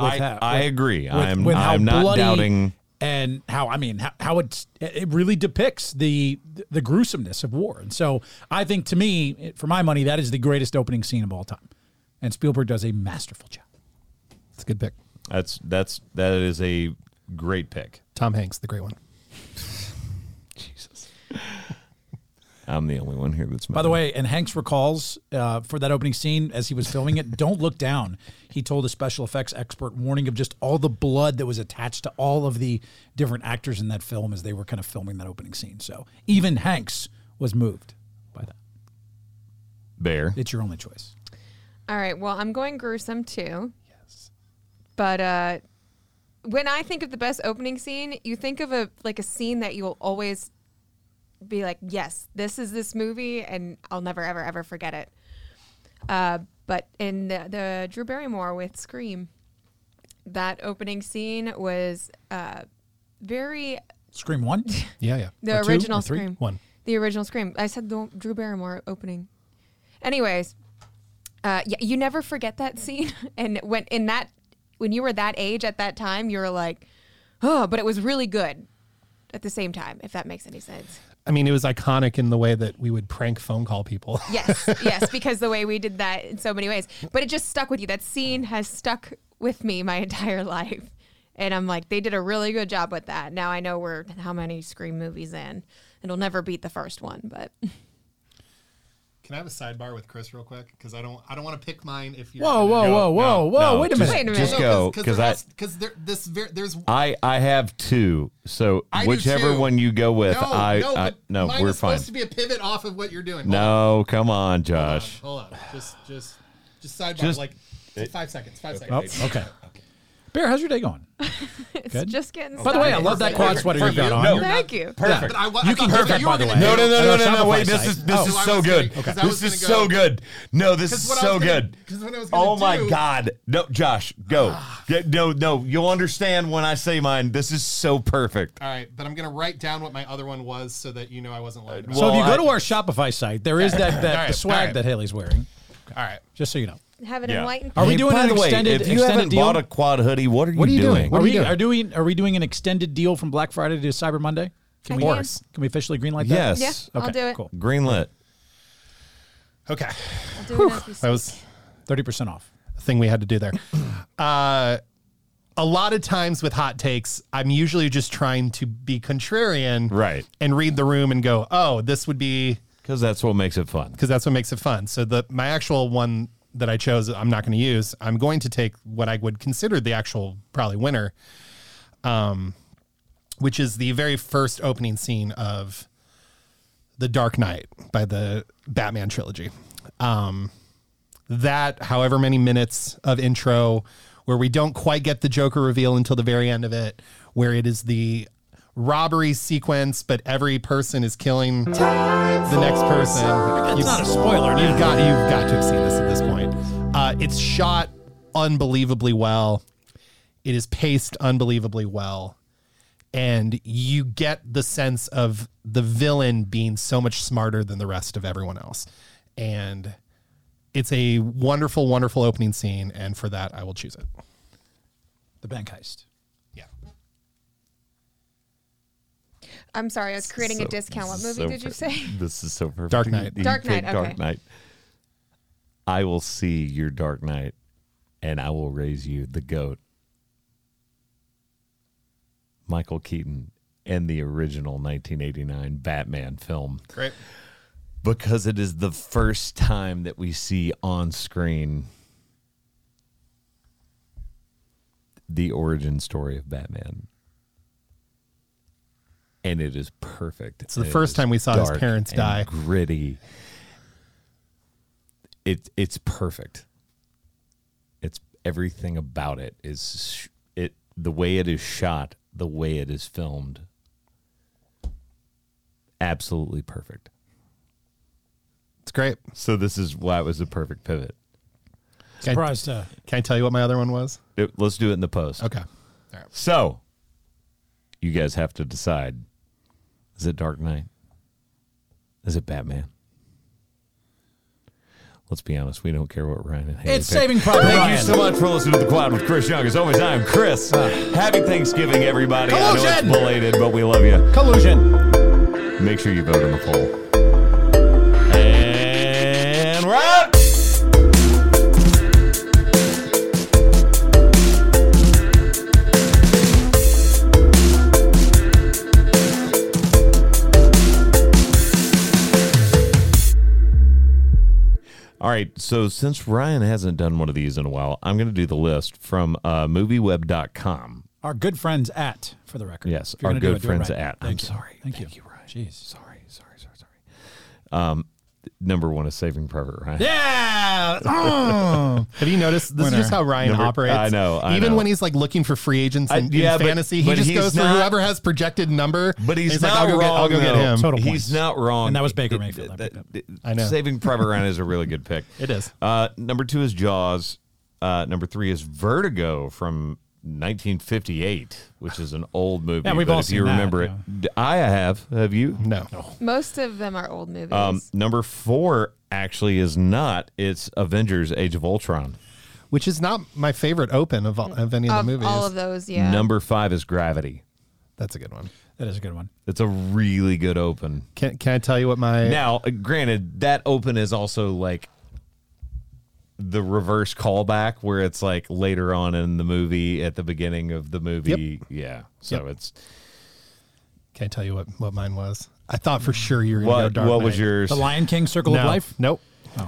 Speaker 5: with
Speaker 1: I-
Speaker 5: how-
Speaker 1: I
Speaker 5: with-
Speaker 1: agree.
Speaker 5: with-
Speaker 1: I'm-
Speaker 5: with how
Speaker 1: I'm not
Speaker 5: bloody
Speaker 1: doubting-
Speaker 5: And how I mean how, how it's it really depicts the the gruesomeness of war, and so I think to me, for my money, that is the greatest opening scene of all time, and Spielberg does a masterful job.
Speaker 4: It's a good pick.
Speaker 1: That's that's that is a great pick.
Speaker 4: Tom Hanks, the great one.
Speaker 1: I'm the only one here that's.
Speaker 5: By the way, and Hanks recalls uh, for that opening scene as he was filming it, don't look down. He told a special effects expert warning of just all the blood that was attached to all of the different actors in that film as they were kind of filming that opening scene. So even Hanks was moved by that.
Speaker 1: bear.
Speaker 5: It's your only choice.
Speaker 3: All right. Well, I'm going gruesome too. Yes. But uh, when I think of the best opening scene, you think of a like a scene that you'll always be like, "Yes, this is this movie," and I'll never ever ever forget it. Uh, but in the, the Drew Barrymore with Scream, that opening scene was uh, very
Speaker 5: Scream one.
Speaker 4: Yeah, yeah.
Speaker 3: the
Speaker 4: Or two,
Speaker 3: original
Speaker 4: or three?
Speaker 3: Scream.
Speaker 4: One.
Speaker 3: The original Scream. I said the Drew Barrymore opening. Anyways, uh, yeah, you never forget that scene. And when in that, when you were that age at that time, you were like, oh, but it was really good. At the same time, if that makes any sense.
Speaker 4: I mean, it was iconic in the way that we would prank phone call people.
Speaker 3: Yes, yes, because the way we did that in so many ways, but it just stuck with you. That scene has stuck with me my entire life. And I'm like, they did a really good job with that. Now I know we're how many Scream movies in. It'll never beat the first one, but
Speaker 6: Can I have a sidebar with Chris real quick? Because I don't I don't want to pick mine if you.
Speaker 5: Whoa, whoa, whoa, Oh, whoa, whoa!
Speaker 1: no,
Speaker 5: wait a
Speaker 1: just-
Speaker 5: minute.
Speaker 3: Wait a minute.
Speaker 1: Just go, because I,
Speaker 6: because there this ver- there's
Speaker 1: I, I have two. So
Speaker 6: I do
Speaker 1: whichever
Speaker 6: too.
Speaker 1: one you go with,
Speaker 6: no
Speaker 1: I,
Speaker 6: no
Speaker 1: I
Speaker 6: but
Speaker 1: no,
Speaker 6: mine
Speaker 1: we're
Speaker 6: was
Speaker 1: fine.
Speaker 6: supposed to be a pivot off of what you're doing. Hold on,
Speaker 1: no, come on,
Speaker 6: hold on,
Speaker 1: Josh.
Speaker 6: hold on, just just just sidebar
Speaker 1: Just-
Speaker 6: like five seconds, five
Speaker 5: Oh,
Speaker 6: seconds.
Speaker 5: okay. Bear, how's your day going?
Speaker 3: it's just getting
Speaker 5: By the way, I
Speaker 3: started.
Speaker 5: love that quad sweater you've got on.
Speaker 1: No.
Speaker 3: Thank you.
Speaker 6: But I, wa- I
Speaker 5: You
Speaker 6: thought
Speaker 5: can
Speaker 6: that
Speaker 5: perfect,
Speaker 6: you
Speaker 5: by
Speaker 6: were
Speaker 5: the
Speaker 6: gonna
Speaker 1: No,
Speaker 5: way.
Speaker 6: do
Speaker 1: no,
Speaker 5: On
Speaker 1: no,
Speaker 5: our
Speaker 1: no, no, no!
Speaker 5: Shopify
Speaker 1: Wait, this
Speaker 5: site.
Speaker 1: is this
Speaker 5: Oh.
Speaker 1: is
Speaker 6: So I
Speaker 1: so
Speaker 6: was
Speaker 1: good.
Speaker 6: gonna- 'cause I was
Speaker 1: This is
Speaker 6: gonna go-
Speaker 1: so good. No, this
Speaker 6: 'Cause
Speaker 1: is
Speaker 6: what I
Speaker 1: so
Speaker 6: was gonna-
Speaker 1: good.
Speaker 6: 'cause what I was gonna
Speaker 1: Oh my
Speaker 6: do- Ah.
Speaker 1: god! No, Josh, go. Yeah, No, no, you'll understand when I say mine. This is so perfect.
Speaker 6: All right, but I'm gonna write down what my other one was so that you know I wasn't lying.
Speaker 1: well-
Speaker 6: About it.
Speaker 5: so if you go
Speaker 1: I-
Speaker 5: to our Shopify site, there is that, that
Speaker 6: All right,
Speaker 5: the swag
Speaker 6: all right.
Speaker 5: that Haley's wearing.
Speaker 6: All right,
Speaker 5: Just so you know.
Speaker 3: Have an
Speaker 1: Yeah.
Speaker 3: enlightened.
Speaker 5: Are we doing
Speaker 1: by
Speaker 5: an
Speaker 1: the way,
Speaker 5: extended-
Speaker 1: If you
Speaker 5: extended
Speaker 1: haven't
Speaker 5: deal?
Speaker 1: bought a quad hoodie, what are you,
Speaker 4: are you doing?
Speaker 1: doing?
Speaker 4: What
Speaker 5: are,
Speaker 4: are
Speaker 5: we
Speaker 4: you doing?
Speaker 5: are doing are we doing an extended deal from Black Friday to Cyber Monday? Can
Speaker 3: I
Speaker 5: we
Speaker 3: can. Yes.
Speaker 5: can we officially greenlight that?
Speaker 1: Yes.
Speaker 3: Yeah, I'll
Speaker 5: Okay,
Speaker 3: do it.
Speaker 5: Cool.
Speaker 1: Greenlit.
Speaker 6: okay.
Speaker 3: I'll do it as we
Speaker 4: That
Speaker 3: speak.
Speaker 4: was
Speaker 5: Thirty percent off.
Speaker 4: the thing we had to do there. Uh, a lot of times with hot takes, I'm usually just trying to be contrarian,
Speaker 1: Right.
Speaker 4: and read the room and go, "Oh, this would be
Speaker 1: Because that's what makes it fun.
Speaker 4: because that's what makes it fun. So the my actual one that I chose, I'm not going to use. I'm going to take what I would consider the actual probably winner, um, which is the very first opening scene of the Dark Knight by the Batman trilogy. Um, that, however many minutes of intro, where we don't quite get the Joker reveal until the very end of it, where it is the robbery sequence, but every person is killing the next person.
Speaker 5: It's
Speaker 4: You've-
Speaker 5: not a spoiler.
Speaker 4: You've
Speaker 5: Now.
Speaker 4: got you've got to have seen this at this point. Uh, it's shot unbelievably well. It is paced unbelievably well, and you get the sense of the villain being so much smarter than the rest of everyone else. And it's a wonderful, wonderful opening scene, and for that, I will choose it.
Speaker 5: The bank heist.
Speaker 6: Yeah.
Speaker 3: I'm sorry, I was creating a
Speaker 1: So-
Speaker 3: discount. What
Speaker 1: this
Speaker 3: movie
Speaker 1: is so
Speaker 3: did you
Speaker 1: per-
Speaker 3: say?
Speaker 1: This is so perfect.
Speaker 4: Dark
Speaker 1: You-
Speaker 4: Knight.
Speaker 1: you
Speaker 3: Dark
Speaker 1: take
Speaker 3: Knight,
Speaker 1: Dark
Speaker 3: okay.
Speaker 1: Knight. I will see your Dark Knight, and I will raise you the goat, Michael Keaton, and the original 1989 Batman film,
Speaker 6: Great.
Speaker 1: because it is the first time that we see on screen the origin story of Batman. And it is perfect.
Speaker 4: It's the first time we saw his parents
Speaker 1: and
Speaker 4: die.
Speaker 1: Gritty. It it's perfect. It's everything about it is sh- it the way it is shot, the way it is filmed. Absolutely perfect.
Speaker 4: It's great.
Speaker 1: So this is why it was the perfect pivot.
Speaker 4: Can I,
Speaker 5: Surprised. Uh,
Speaker 4: can I tell you what my other one was?
Speaker 1: It- let's do it in the post.
Speaker 4: Okay.
Speaker 1: So you guys have to decide: is it Dark Knight? Is it Batman? Let's be honest. We don't care what Ryan and Haley
Speaker 5: it's
Speaker 1: pick.
Speaker 5: saving private
Speaker 1: Thank
Speaker 5: Ryan. Uh.
Speaker 1: you so much for listening to the Quad with Chris Young. As always, I'm Chris. Happy Thanksgiving, everybody. I
Speaker 5: Collusion!
Speaker 1: know it's belated, but we love you.
Speaker 5: Collusion.
Speaker 1: Make sure you vote in the poll. And we're out. all right. So since Ryan hasn't done one of these in a while, I'm going to do the list from uh, movieweb.com.
Speaker 5: Our good friends at, for the record.
Speaker 1: Yes,
Speaker 5: If you're
Speaker 1: our
Speaker 5: gonna do
Speaker 1: good
Speaker 5: it, do it
Speaker 1: friends
Speaker 5: right.
Speaker 1: at.
Speaker 5: Thank
Speaker 1: I'm
Speaker 5: you.
Speaker 1: sorry.
Speaker 5: Thank,
Speaker 1: Thank
Speaker 5: you. Jeez.
Speaker 1: Sorry, sorry, sorry, sorry. Um, number one is Saving Private Ryan.
Speaker 5: Yeah. Mm.
Speaker 4: Have you noticed this
Speaker 5: Winner.
Speaker 4: is just how Ryan
Speaker 1: Oh. Number-
Speaker 4: operates?
Speaker 1: I know, I
Speaker 4: Even
Speaker 1: know.
Speaker 4: when he's like looking for free agents
Speaker 1: I-
Speaker 4: in, in
Speaker 1: yeah, but-
Speaker 4: fantasy,
Speaker 1: but
Speaker 4: he just
Speaker 1: he's
Speaker 4: goes
Speaker 1: not-
Speaker 4: for whoever has projected number.
Speaker 1: But he's,
Speaker 4: and
Speaker 1: not
Speaker 4: I'll go
Speaker 1: wrong.
Speaker 4: Get, I'll go get
Speaker 1: though.
Speaker 4: him.
Speaker 5: Total
Speaker 1: he's
Speaker 5: points.
Speaker 1: not wrong.
Speaker 5: And that was Baker Mayfield I
Speaker 1: that-
Speaker 5: picked up.
Speaker 1: I
Speaker 4: I
Speaker 1: know.
Speaker 4: know.
Speaker 1: Saving Private Ryan is a really good pick.
Speaker 4: It is.
Speaker 1: Uh, number two is Jaws. Uh, number three is Vertigo from 1958, which is an old movie.
Speaker 5: Yeah, we've
Speaker 1: but
Speaker 5: all
Speaker 1: if
Speaker 5: seen
Speaker 1: you
Speaker 5: that,
Speaker 1: remember it, d- I have. Have you?
Speaker 4: No.
Speaker 3: Most of them are old movies.
Speaker 1: Um, number four actually is not. It's Avengers: Age of Ultron.
Speaker 4: Which is not my favorite open of, all, of any of,
Speaker 3: of
Speaker 4: the movies.
Speaker 3: all of those, yeah.
Speaker 1: Number five is Gravity.
Speaker 4: That's a good one.
Speaker 5: that is a good one.
Speaker 1: It's a really good open.
Speaker 4: Can, can I tell you what my.
Speaker 1: Now, granted, that open is also like the reverse callback where it's like later on in the movie at the beginning of the movie. Yeah. So it's
Speaker 4: Can I tell you what, what mine was? I thought for sure you were going to go
Speaker 1: what
Speaker 4: Dark
Speaker 1: what was Oh.
Speaker 4: Knight.
Speaker 1: yours?
Speaker 5: The Lion King Circle of
Speaker 4: No.
Speaker 5: Life.
Speaker 4: Nope.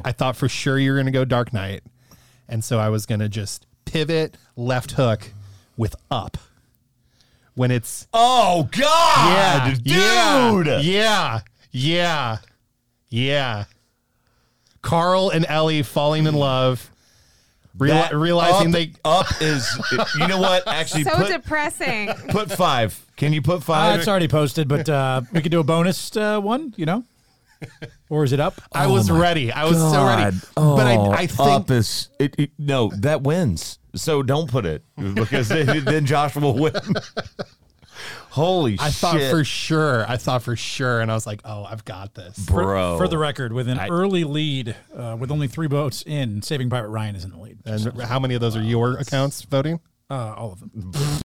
Speaker 4: I thought for sure you were going to go Dark Knight. And so I was going to just pivot left hook with up. When it's.
Speaker 1: Oh god.
Speaker 4: Yeah.
Speaker 1: dude.
Speaker 4: Yeah. Yeah. Yeah. Carl and Ellie falling in love, reali-
Speaker 1: That
Speaker 4: realizing
Speaker 1: up-
Speaker 4: they.
Speaker 1: up is you know what? Actually
Speaker 3: so
Speaker 1: put
Speaker 3: depressing.
Speaker 1: put 5. Can you put
Speaker 5: Uh,
Speaker 1: 5?
Speaker 5: it's already posted, but uh, we could do a bonus uh, one, you know? Or is it up?
Speaker 4: I
Speaker 1: Oh
Speaker 4: was ready. I was so ready. but I, I think.
Speaker 1: is Oh, it, it- no that wins. So don't put it because then, then Josh will win. Holy
Speaker 4: I thought
Speaker 1: shit,
Speaker 4: for sure. I thought for sure. And I was like, oh, I've got this.
Speaker 5: For-
Speaker 1: bro!
Speaker 5: For, the record, with an
Speaker 1: I-
Speaker 5: early lead, uh, with only three votes in, Saving Private Ryan is in the lead.
Speaker 4: And how many of those are your accounts voting?
Speaker 5: Uh, all of them.